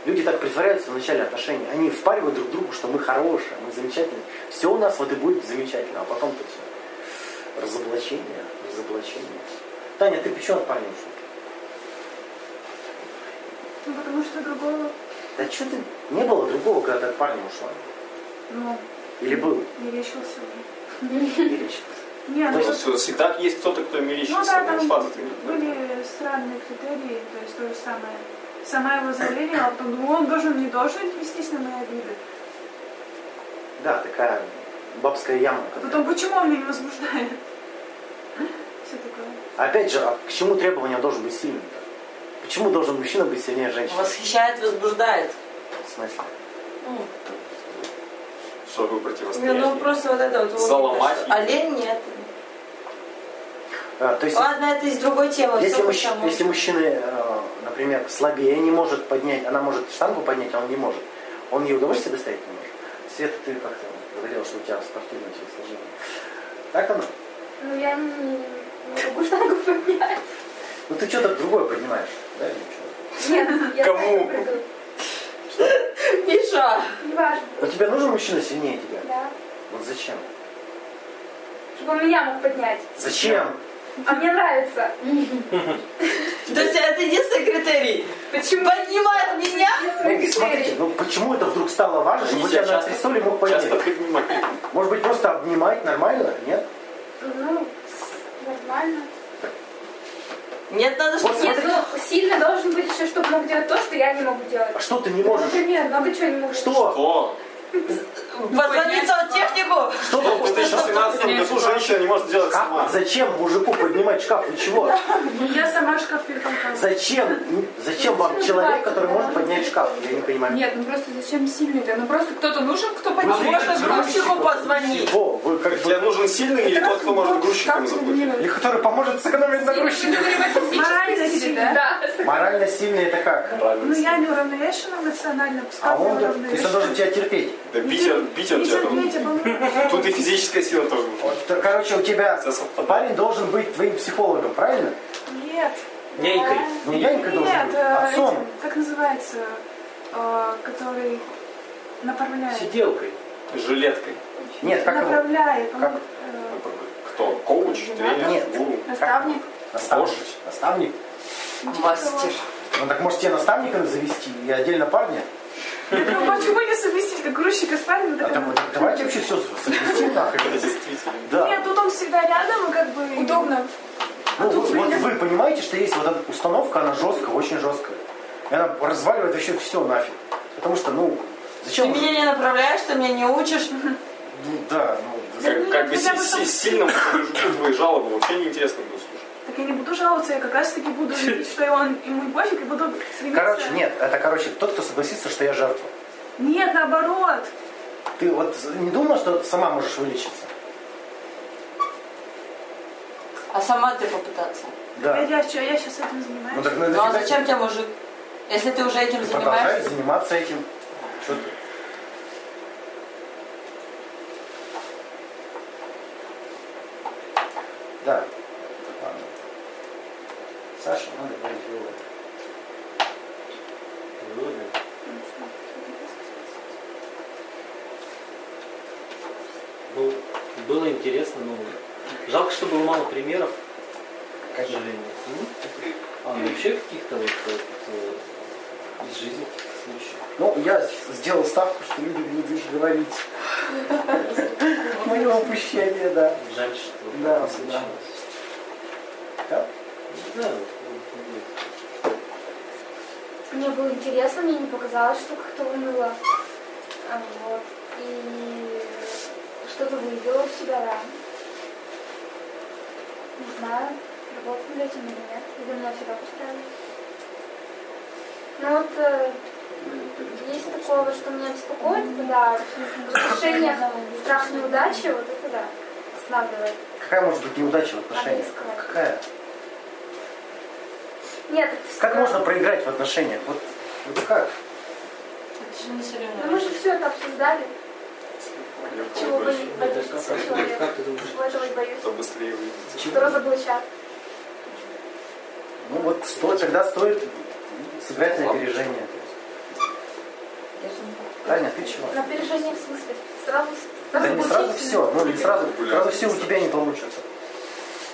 S1: Люди так притворяются в начале отношений. Они впаривают друг другу, что мы хорошие, мы замечательные. Все у нас вот и будет замечательно. А потом-то все. Разоблачение, разоблачение. Таня, ты почему от парня ушла?
S2: Ну, потому что другого,
S1: Да что ты? Не было другого, когда ты от парня ушла?
S2: ну,
S1: Или был?
S2: не лечился уже.
S1: Или чё?
S2: Не, ну,
S1: То
S3: Ну, всё, Всегда есть кто-то, кто
S2: Ну
S3: мерещится.
S2: да,
S3: Ну,
S2: там
S3: ушла ты, ты не-
S2: были странные критерии, то есть то же самое. Сама его заявление, а потом, ну, он должен, не должен, естественно, мои обиды.
S1: Да, такая бабская яма.
S2: А потом, почему он меня не возбуждает? Все такое.
S1: Опять же, а к чему требования должен быть сильным? Почему должен мужчина быть сильнее женщины?
S6: Восхищает, возбуждает.
S1: В смысле?
S6: Ну,
S3: чтобы
S6: Не,
S3: противостоять.
S6: ну
S3: ей.
S6: просто вот это вот. вот
S3: Заломать
S6: это, что-
S3: её.
S6: Олень нет.
S1: А, то есть,
S6: Ладно, это из другой темы.
S1: если,
S6: всё
S1: мужч-
S6: потому.
S1: если мужчина, э, например, слабее не может поднять, она может штангу поднять, а он не может, он ей удовольствие доставить не может. Света, ты как-то говорила, что у тебя спортивное телосложение. Так оно?
S9: Ну, я не, не могу штангу поменять.
S1: Ну ты что-то другое поднимаешь, да? или чё?
S9: Нет, я
S3: Кому?
S9: сама прыгаю.
S6: Миша,
S9: Неважно,
S1: Но А тебе нужен мужчина сильнее тебя?
S9: да.
S1: Вот зачем?
S9: Чтобы он меня мог поднять.
S1: Зачем?
S9: А мне нравится.
S6: то есть это единственный критерий? Почему? Поднимает меня?
S1: Ну, смотрите, ну почему это вдруг стало важно, чтобы у тебя на
S3: часто-
S1: престоле мог поднять?
S3: Часто поднимать.
S1: Может быть, просто обнимать нормально? Нет?
S9: Ну, нормально.
S6: Нет, надо,
S1: Вот
S6: чтобы...
S9: Нет,
S6: Нет, ну,
S9: ну, сильно должен быть еще, чтобы мог делать то, что я не могу делать.
S1: А что ты не
S9: Ну,
S1: можешь?
S9: Например, много чего не могу.
S1: Что?
S3: О,
S6: позвонить сантехнику.
S1: Что
S3: в 2017 году женщина не может делать сама.
S1: Как? Зачем мужику поднимать шкаф? Вы чего?
S2: Я сама шкаф перетолкала.
S1: Зачем? Зачем вам человек, который может поднять шкаф? Я не понимаю.
S7: Нет, ну просто зачем сильный? Да, ну просто кто-то нужен, кто поднимет.
S1: Можно грузчику
S6: позвонить.
S1: Во, вы как бы...
S3: Тебе нужен сильный или тот, кто может грузчиком заплатить?
S1: Или который поможет сэкономить на грузчике.
S2: Морально сильно.
S7: Да.
S1: Морально сильный это как?
S2: Ну я не уравновешена эмоционально, пускай
S1: А
S2: я
S1: он, да, если он
S2: уравновешена. а
S1: должен тебя терпеть.
S3: Да Питер, Питер тебя там. Тут и физическая сила тоже нужна.
S1: Вот, то, короче, у тебя
S3: За совпадение.
S1: парень должен быть твоим психологом, правильно?
S2: Нет.
S4: Нянькой.
S1: Ну, нянька должен
S2: Нет,
S1: быть,
S2: э,
S1: отцом.
S2: этим, как называется, э, который направляет.
S4: Сиделкой.
S3: Жилеткой.
S1: Нет, как его?
S2: Направляет.
S1: Как?
S2: э,
S3: Кто? Коуч, тренер,
S1: Нет.
S3: гуру?
S2: Наставник.
S1: Наставник.
S3: Боже.
S1: Наставник?
S6: Мастер.
S1: Ну так может тебе наставником завести и отдельно парня?
S2: Ну, Почему не совместить как грузчика с парнем?
S1: А
S2: так
S1: там, вот, давайте вообще все совместим нахрен.
S3: Действительно.
S2: Нет,
S1: Да.
S2: тут он всегда рядом и как бы...
S7: Удобно.
S6: А
S1: Ну, вот, вот вы понимаете, что есть вот эта установка, она жесткая, очень жесткая. И она разваливает вообще все нафиг. Потому что, ну,
S6: Ты
S1: зачем?
S6: меня не направляешь, ты меня не учишь.
S1: Ну, да, ну, да.
S3: Как, как бы
S2: Хотя бы
S3: си-
S2: там-
S3: си- сильно ждут твои жалобы, вообще неинтересно будет слушать.
S2: Так я не буду жаловаться, я как раз таки буду видеть, что и он, ему и пофиг, и буду стремиться.
S1: Короче, нет, это, короче, тот, кто согласится, что я жертва.
S2: Нет, наоборот.
S1: Ты вот не думала, что сама можешь вылечиться?
S6: А сама ты попытаться.
S2: Я,
S1: Да.
S2: я, чё, я сейчас этим занимаюсь.
S1: Ну так ну,
S6: Ну а
S1: нафига
S6: зачем тебе мужик? Если ты уже этим
S1: ты продолжаешь
S6: занимаешься.
S1: заниматься этим? Чё ты? Да. Ладно. Саша, надо говорить вывод.
S4: Ну, было интересно, но жалко, что было мало примеров, к
S1: Конечно.
S4: сожалению. Ну, А вообще каких-то вот, вот, э, из жизни каких-то случаев.
S1: Ну, я с- сделал ставку, что люди не будешь говорить. Мое упущение, да.
S4: Жаль, что
S1: Да,
S4: не
S1: да.
S4: случилось.
S1: Да?
S4: Ну, Да, вот,
S9: Мне было интересно, мне не показалось, что как-то уныло. А, Вот. И что-то выявила у себя, да. Не знаю, работать над этим или нет. Или меня всегда поставили. Ну вот э, есть такое, вот, что меня беспокоит, да, в отношениях страх неудачи, вот это да, останавливает.
S1: Какая может быть неудача в отношениях?
S9: Английского.
S1: Какая?
S9: Нет,
S1: Как можно проиграть в отношениях? Вот, вот как?
S6: Это же не
S9: ну, мы
S6: соревнование.
S9: же все это обсуждали,
S3: Я
S9: чего
S3: боюсь,
S9: бои-
S4: ну, то есть
S9: боится
S4: как-
S9: человек.
S4: Как ты думаешь?
S9: Чего этого и боюсь,
S3: кто быстрее выйдет.
S9: что разоблачат.
S1: Ну вот сто- тогда стоит сыграть на опережение. Таня, ты чего?
S9: На опережение в смысле. Сразу с-
S1: Да не сразу
S9: разоблачить.
S1: все, ну не сразу, сразу все у тебя не получится.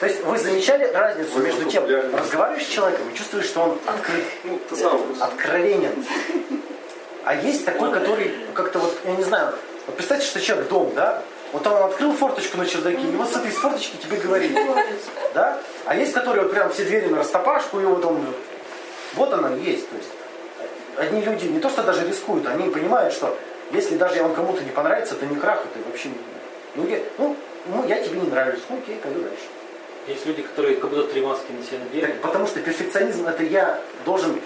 S1: То есть вы замечали разницу
S3: Вы
S1: между тем,
S3: популярны.
S1: разговариваешь с человеком и чувствуешь, что он открыт,
S3: Ну, ты сам вырос.
S1: откровенен. А есть такой, который как-то вот, я не знаю, вот представьте, что человек дом, да? Вот он открыл форточку на чердаке, и вот с этой форточки тебе говорит. Да? А есть, которые вот прям все двери на растопашку, и вот он... Вот она есть. То есть одни люди не то, что даже рискуют, они понимают, что если даже он кому-то не понравится, то не краху ты вообще не... Ну, я, ну, ну, я тебе не нравлюсь, ну окей, пойду дальше.
S4: Есть люди, которые как будто три маски на себя надели.
S1: Так, потому что перфекционизм это я должен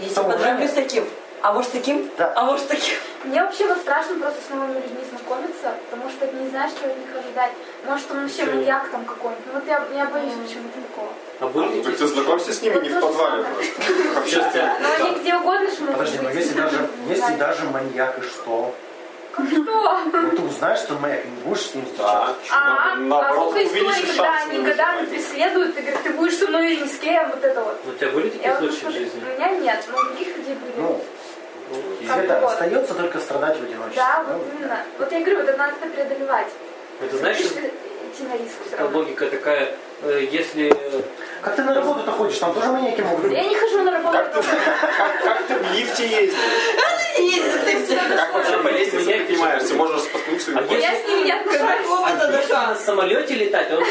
S6: Если
S1: самоуважение.
S6: познакомлюсь с таким, а может таким,
S1: Да.
S6: а может таким.
S9: Мне вообще вот страшно просто с новыми людьми знакомиться, потому что не знаешь, чего от них ожидать. Может, он вообще
S4: Ничего.
S9: маньяк там какой-нибудь. Ну вот я, я боюсь почему-то такого.
S4: А
S3: А,
S4: были
S3: ну, так
S4: такие
S3: ты знакомься с ними не в подвале просто. Общественно.
S9: Но Ну, они где угодно же могут
S1: Подожди, но
S9: быть.
S1: если даже, если
S9: Да.
S1: даже маньяк, и что? Ну ты узнаешь, что он маньяк, и не будешь с ним
S3: Да.
S1: встречаться.
S9: А,
S3: На- Наоборот,
S9: сколько
S3: увидишь
S9: историй,
S3: и
S9: когда
S3: шанс
S9: они
S3: не
S9: годами
S3: выживать.
S9: преследуют, и говорят, ты будешь со мной рискея, вот это вот.
S4: У тебя были такие
S9: Я вот
S4: случаи в
S9: смотрю,
S4: жизни?
S9: У меня нет, но у других людей были.
S1: Ну,
S4: Окей.
S9: Как
S1: Света,
S9: вот.
S1: остается только страдать в одиночестве.
S9: да,
S1: ну, да?
S9: вот именно. Вот я говорю, вот это надо как-то преодолевать.
S4: Это знаешь,
S9: Будешь идти на риск все
S4: что
S9: равно.
S4: логика такая, э, если э,
S1: Как ты на работу-то ходишь? Там тоже маньяки могут
S9: Да
S1: быть.
S9: Я не хожу на работу.
S3: Как ты, как, как ты в лифте ездишь?
S6: Если ты все.
S3: Как вообще по лестнице
S4: Меня
S3: поднимаешься? Можешь споткнуться и
S4: А
S3: упасть.
S9: Я с ними не отношусь.
S6: Какого это
S4: Если
S6: дошло?
S4: на самолете летать, он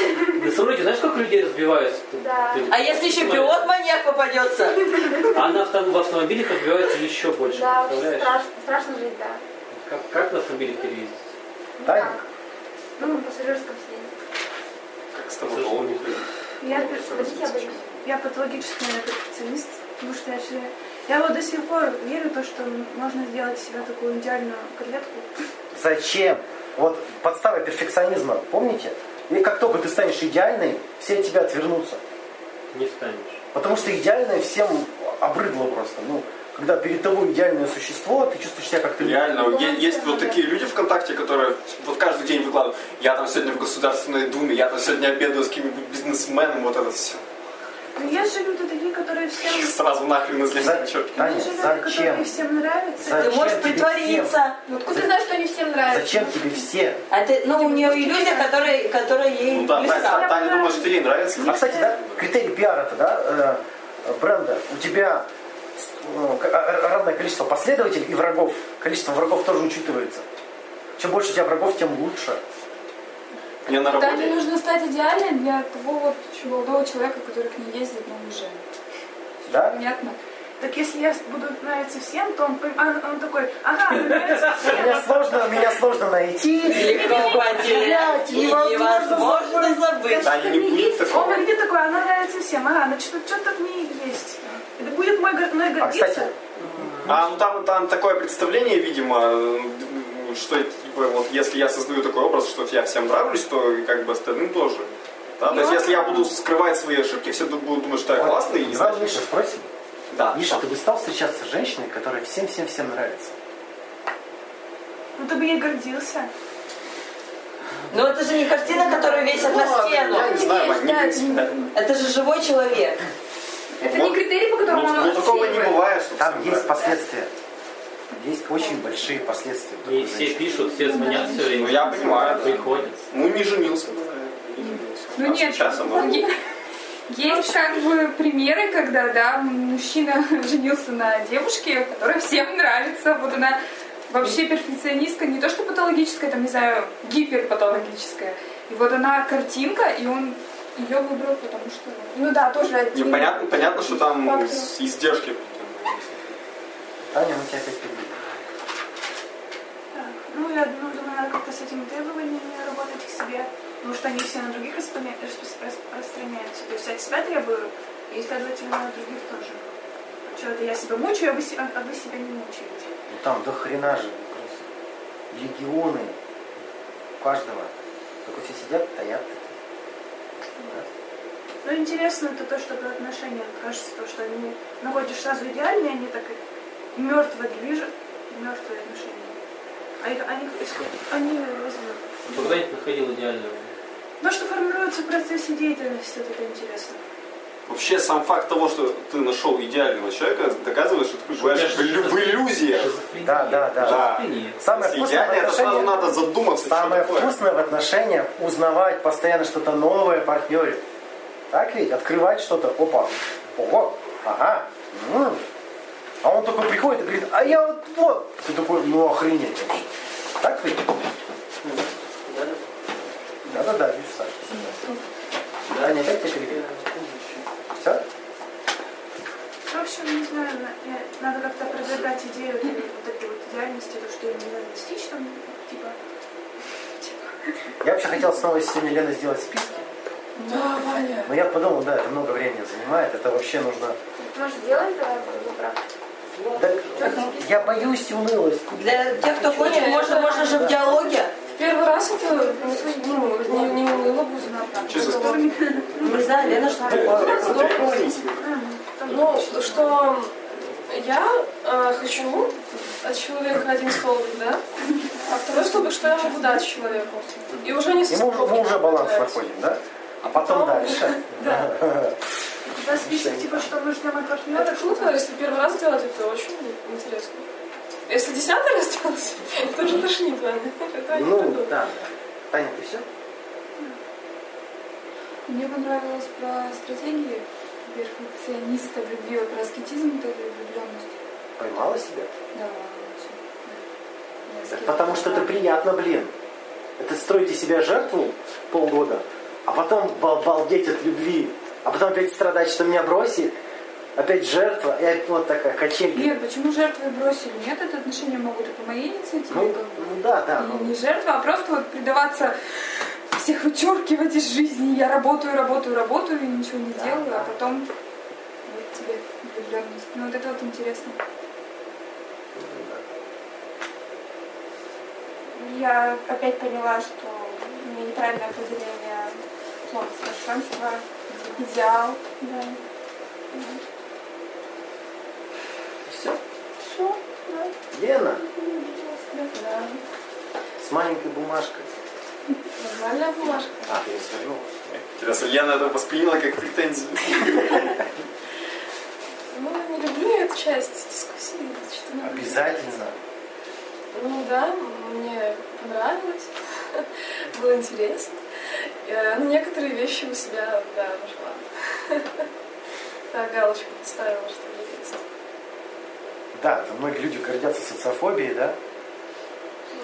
S4: на самолете, знаешь, сколько людей разбиваются?
S9: Да.
S4: Ты-
S6: А если еще
S4: самолет.
S6: пилот маньяк попадется?
S4: А на авто- в автомобилях разбиваются еще больше,
S9: Да, очень
S4: представляешь?
S9: страшно, страшно жить, да.
S4: Как, как на автомобиле переездить?
S1: Таня?
S9: Ну, на пассажирском сиденье.
S3: Как с тобой голову не ходить.
S2: Я, подождите, я боюсь. Я патологический наверное, перфекционист, потому что я человек. Я вот до сих пор верю в то, что можно сделать из себя такую идеальную котлетку.
S1: Зачем? Вот подстава перфекционизма, помните? И как только ты станешь идеальной, все от тебя отвернутся.
S4: Не станешь.
S1: Потому что идеальное всем обрыдло просто. Ну, когда перед тобой идеальное существо, ты чувствуешь себя как-то...
S3: Реально, е- есть вот такие люди ВКонтакте, которые вот каждый день выкладывают, я там сегодня в Государственной Думе, я там сегодня обедаю с каким-нибудь бизнесменом, вот это все.
S2: Но есть же люди такие, которые всем...
S3: Сразу нахрен из леса, черт.
S1: Таня,
S2: Есть же люди,
S1: зачем?
S2: которые всем нравятся.
S1: Зачем
S6: Ты можешь
S1: тебе
S6: притвориться.
S10: Ну откуда ты знаешь, что они всем нравятся?
S1: Зачем тебе все?
S6: А ты, ну, у нее иллюзия, которая, которая ей
S3: Ну да, Таня,
S6: близка.
S3: Таня, думает, что ей нравится.
S1: А, кстати, да, критерий пиара-то, да, э, бренда, у тебя ну, к- а- равное количество последователей и врагов. Количество врагов тоже учитывается. Чем больше у тебя врагов, тем лучше.
S3: Мне на
S10: Да, мне
S3: работе
S10: нужно стать идеальной для того вот молодого человека, который к ней ездит на уже.
S1: Да?
S10: Понятно?
S2: Так если я буду нравиться всем, то он, пон- а, он такой, ага, мне нравится
S1: Меня
S2: всем.
S1: сложно, меня сложно найти.
S6: Легко потерять и невозможно забыть.
S3: Таня не будет
S2: Он
S3: такого.
S2: говорит такой, она нравится всем, ага, ну значит, что-то в ней есть. Это будет мой, гор- мной
S1: А, кстати,
S2: гордиться.
S3: А ну, там, там такое представление, видимо, э, что типа, вот если я создаю такой образ, что я всем нравлюсь, то и как бы остальным тоже. Да? То есть
S7: Ну,
S3: если я буду скрывать свои ошибки, все тут будут думать, что я классный и
S1: Зал
S3: значит.
S1: Миша спросим.
S3: Да.
S1: Миша, ты бы стал встречаться с женщиной, которая всем-всем-всем нравится?
S2: Ну ты бы ей гордился.
S6: Но это же не картина, которую весят
S3: Ну,
S6: на
S3: ладно,
S6: стену.
S3: Я не знаю, Вань, не принципиально.
S6: Это же живой человек.
S7: Это
S3: Ну, Вот.
S7: не критерий, по которому
S3: Ну,
S7: она
S3: ну, такого не
S7: отсеивает.
S3: бывает, что
S1: Там
S3: всем
S1: есть
S3: нравится.
S1: последствия. Есть очень большие последствия. у такой
S4: И все
S1: женщины.
S4: пишут, все звонят все время.
S3: Ну, я понимаю, да.
S4: Приходят.
S3: Ну, не женился, наверное, не женился.
S7: Ну
S3: А
S7: нет,
S3: сейчас она-
S7: е- есть как бы примеры, когда, да, мужчина женился на девушке, которая всем нравится. Вот она вообще перфекционистка, не то что патологическая, там, не знаю, гиперпатологическая. И вот она картинка, и он ее выбрал, потому что...
S8: Ну да, тоже
S3: Не,
S8: один.
S3: понятно, понятно, что там
S8: Факты.
S3: с- издержки.
S1: Таня, мы тебя опять перебили.
S2: Так, ну я ну, думаю, надо как-то с этими требованиями работать к себе, потому что они все на других распоме- распро- распространяются. То есть я от себя требую, и следовательно на других тоже. Что это я себя мучаю, а вы, се- а вы себя не мучаете.
S1: Ну там до хрена же просто легионы у каждого. Только все сидят, таят.
S2: Но Ну, интересно это то, что про отношения кажется, то, что они находишь сразу идеальные, они так и мертво движут, мертвые отношения. А их, они, они возьмут.
S4: Ты когда-нибудь находил идеального?
S2: То, что формируется в процессе деятельности, вот это интересно.
S3: Вообще, сам факт того, что ты нашел идеального человека, доказывает, что ты пребываешь в, иллю- в иллюзиях.
S4: Шизофрения.
S1: Да, да, да.
S3: Да.
S4: Шизофрения.
S1: Самое
S3: Если
S1: вкусное в
S3: идеальный, это сразу
S1: отношениях,
S3: надо задуматься,
S1: самое
S3: что такое.
S1: вкусное в отношениях узнавать постоянно что-то новое партнере. Так ведь? Открывать что-то. Опа. Ого. Ага. М. А он такой приходит и говорит, а я вот вот. Ты такой, ну охренеть вообще. Так ведь? Да-да-да, вижу, Саша. Таня, опять тебя перебили? Все?
S2: В общем, не знаю, на- э, надо как-то продвигать идею вот этой вот этой вот идеальности, то, что именно достичь там, типа,
S1: Я вообще хотел снова сегодня Лена сделать списки,
S10: Да, Ваня.
S1: но я подумал, да, это много времени занимает, это вообще нужно.
S9: Может, сделаем давай круглый брак?
S1: Да, я боюсь унылость.
S6: Для тех, кто хочет, можно, можно же в диалоге.
S10: В первый раз это ну, не, не уныло будет.
S3: Честно
S10: Это
S3: сказать.
S6: Не знаю, Лена, что
S3: Э,
S1: Ну,
S3: это
S10: здорово.
S3: требование.
S10: Ну, что я э, хочу от человека один столбик, да? А второй столбик, что я могу дать человеку? И уже не
S1: И мы уже, мы уже баланс находим, да? А потом
S10: Потом.
S1: дальше.
S2: у тебя список, типа, что нужно нам от партнера,
S10: Ну, Это
S2: что
S10: круто, если первый раз делать, это очень интересно. Если десятый раз делать, это уже тошнит, Ваня. Это
S1: Ну,
S10: не
S1: да. Таня, ты все?
S7: Мне понравилось про стратегии перфекциониста, в любви, про аскетизм, вот эту влюбленность.
S1: Поймала себя?
S7: Да, очень. Я
S1: Да
S7: аскет.
S1: Потому что это приятно, блин. Это строите себя жертву полгода, а потом бал- балдеть от любви, а потом опять страдать, что меня бросит. Опять жертва, и опять вот такая качелька.
S7: Нет, почему жертвы бросили? Нет, это отношения могут и по моей инициативе.
S1: Ну,
S7: как бы.
S1: ну да, да.
S7: И
S1: ну,
S7: не жертва, а просто вот предаваться всех вычеркивать из жизни. Я работаю, работаю, работаю и ничего не делаю, а потом вот тебе влюбленность. Ну вот это вот интересно.
S8: Я опять поняла, что у меня неправильное определение слова совершенства, идеал. Да.
S1: Все?
S8: Все, да.
S1: Лена
S8: Да.
S1: с маленькой бумажкой.
S10: Нормальная бумажка.
S1: А, я свернула.
S3: Интересно, Лена это восприняла как претензию.
S10: Ну, не люблю я эту часть дискуссии. это что-то не люблю.
S1: Обязательно.
S10: Ну да, мне понравилось. Было интересно. Э, Ну, некоторые вещи у себя, да, нашла. Так, галочку поставила, что ли, есть.
S1: Да, там многие люди гордятся социофобией, да?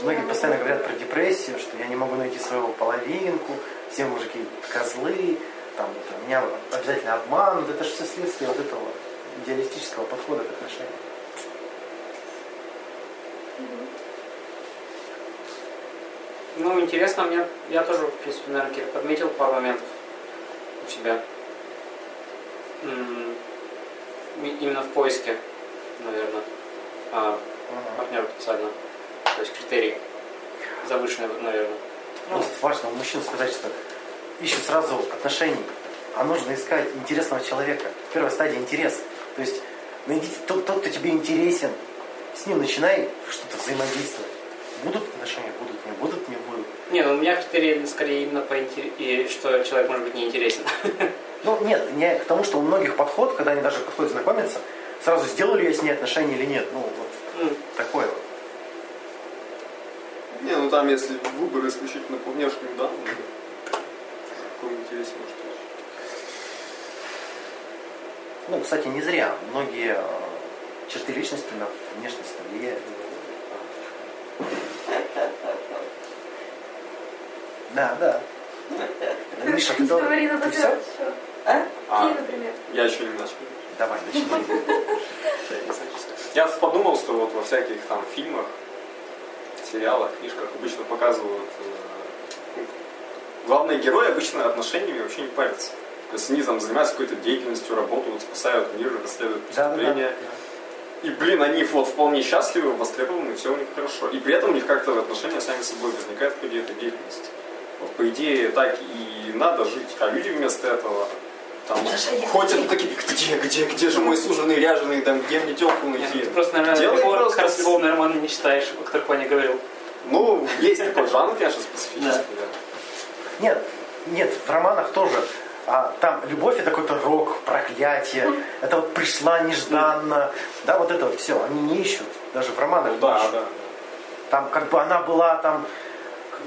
S1: Многие постоянно говорят про депрессию, что я не могу найти своего половинку, все мужики козлы, там, это, меня обязательно обманут. Это же все следствие вот этого идеалистического подхода к отношениям.
S11: Ну, интересно, мне, я тоже, в принципе, наверное, Кир, подметил пару моментов у себя. М, и- Именно в поиске, наверное, а, партнера потенциального. То есть критерии завышенные, наверное.
S1: Ну, вот важно у мужчин сказать, что ищут сразу отношений, а нужно искать интересного человека. Первая стадия – интерес. То есть найдите тот, тот, кто тебе интересен, с ним начинай что-то взаимодействовать. Будут отношения, будут, не будут, не будут.
S11: Не, ну, у меня критерии скорее именно по интере- и что человек может быть неинтересен.
S1: Ну, нет, не к тому, что у многих подход, когда они даже подходят знакомиться, сразу сделали ли я с ней отношения или нет. Ну, вот такое вот.
S3: Не, ну там если выбор исключительно по внешним данным, то какой интерес может быть?
S1: Ну, кстати, не зря. Многие э, черты личности на внешность влияют. Да, да. Да, Миша, ты тоже.
S9: Говори, надо
S1: Ты
S9: всё.
S1: все?
S9: А?
S3: А.
S9: Ты, например.
S3: Я еще не начал.
S1: Давай, начинай.
S3: Я подумал, что вот во всяких там фильмах, сериалах, книжках обычно показывают... э, ну, Главные герои обычно отношениями вообще не парятся. То есть они там занимаются какой-то деятельностью, работают, спасают мир, расследуют преступления. И, блин, они вот вполне счастливы, востребованы, все у них хорошо. И при этом у них как-то отношения сами собой возникают в ходе этой деятельности. Вот, по идее, так и надо жить. А люди вместо этого там ходят такие, где, где, где же мой суженый, ряженый, там, где мне телку найти?
S11: Ты просто, наверное,
S3: Делай
S11: любого-
S3: просто.
S11: как раз любовные романы не читаешь, о которых Ваня говорил.
S3: Ну, есть такой жанр, конечно, специфический.
S1: Нет, нет, в романах тоже. А, там любовь это какой-то рок, проклятие. Это вот пришла нежданно. Да, вот это вот все. Они не ищут. Даже в романах. не
S3: Ну да,
S1: ищут.
S3: да.
S1: Там как бы она была там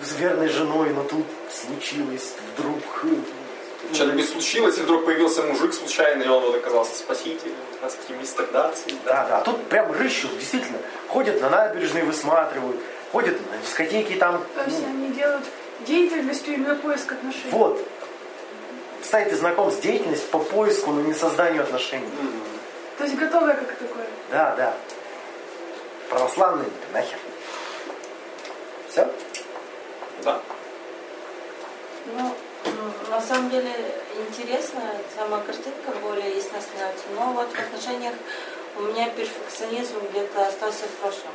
S1: с верной женой, но тут случилось вдруг. э,
S3: Что-нибудь случилось, и вдруг появился мужик случайно, и он вот оказался спасителем, здравствуйте, мистер Дарси.
S1: Да, да. А тут прям рыщут, действительно. Ходят на набережные, высматривают. Ходят на дискотеки там.
S2: То есть
S1: ну,
S2: они делают деятельностью именно поиск отношений.
S1: вот. Сайты знакомств, деятельность по поиску, но не созданию отношений.
S2: То есть готовое как такое.
S1: Да, да. Православные нахер. Все?
S3: Да.
S6: Ну, м, на самом деле интересно, сама картинка более ясна становится. Но вот в отношениях у меня перфекционизм где-то остался в прошлом.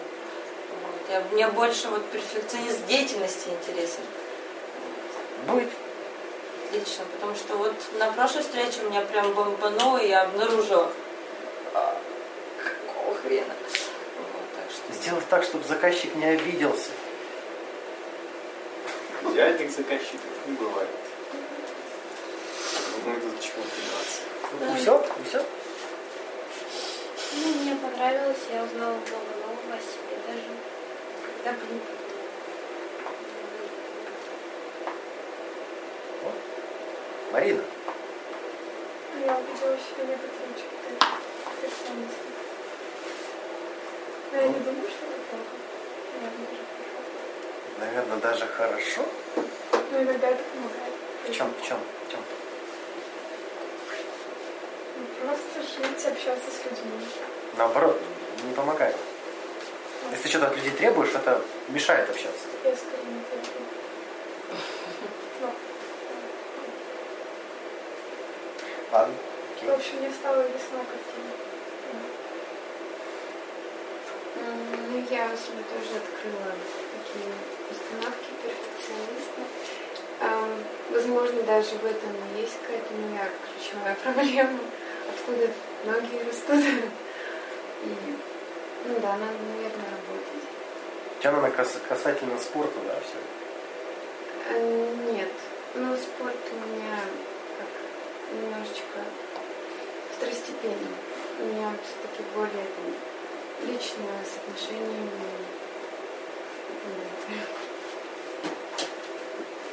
S6: Вот. Я, мне больше вот перфекционизм деятельности интересен
S1: Будет.
S6: лично, потому что вот на прошлой встрече у меня прям бомбануло, и я обнаружила, а, какого хрена. Вот, так что
S1: Сделать так, чтобы заказчик не обиделся.
S3: Идеальных заказчиков не бывает. Ну, это чего придаться.
S1: И все? И все?
S9: Ну, мне понравилось, я узнала много нового о себе даже. Когда бы не было.
S1: Марина.
S9: Я увидела еще некоторые черты персонажа. Но я не думаю, что это плохо. Наверное, даже
S1: Наверное, даже
S9: хорошо.
S1: хорошо.
S10: Ну,
S9: Но иногда это помогает.
S1: В чем? В чем? В чем?
S9: Ну,
S12: Просто жить, общаться с людьми.
S3: Наоборот, не помогает. Если ты что-то от людей требуешь, это мешает общаться.
S12: Я скорее не требую. Ну,
S3: Ладно.
S12: В общем, мне стала весна картина.
S7: Ну, я у себя тоже открыла такие установки перфекциониста. Эм, Возможно, даже в этом и есть какая-то моя ключевая проблема, откуда ноги растут. И, ну да, надо, наверное, работать.
S3: У тебя, наверное, кас- касательно спорта, да, все.
S7: Э, Нет, ну спорт у меня как немножечко второстепенный. У меня все-таки более там, личное с отношениями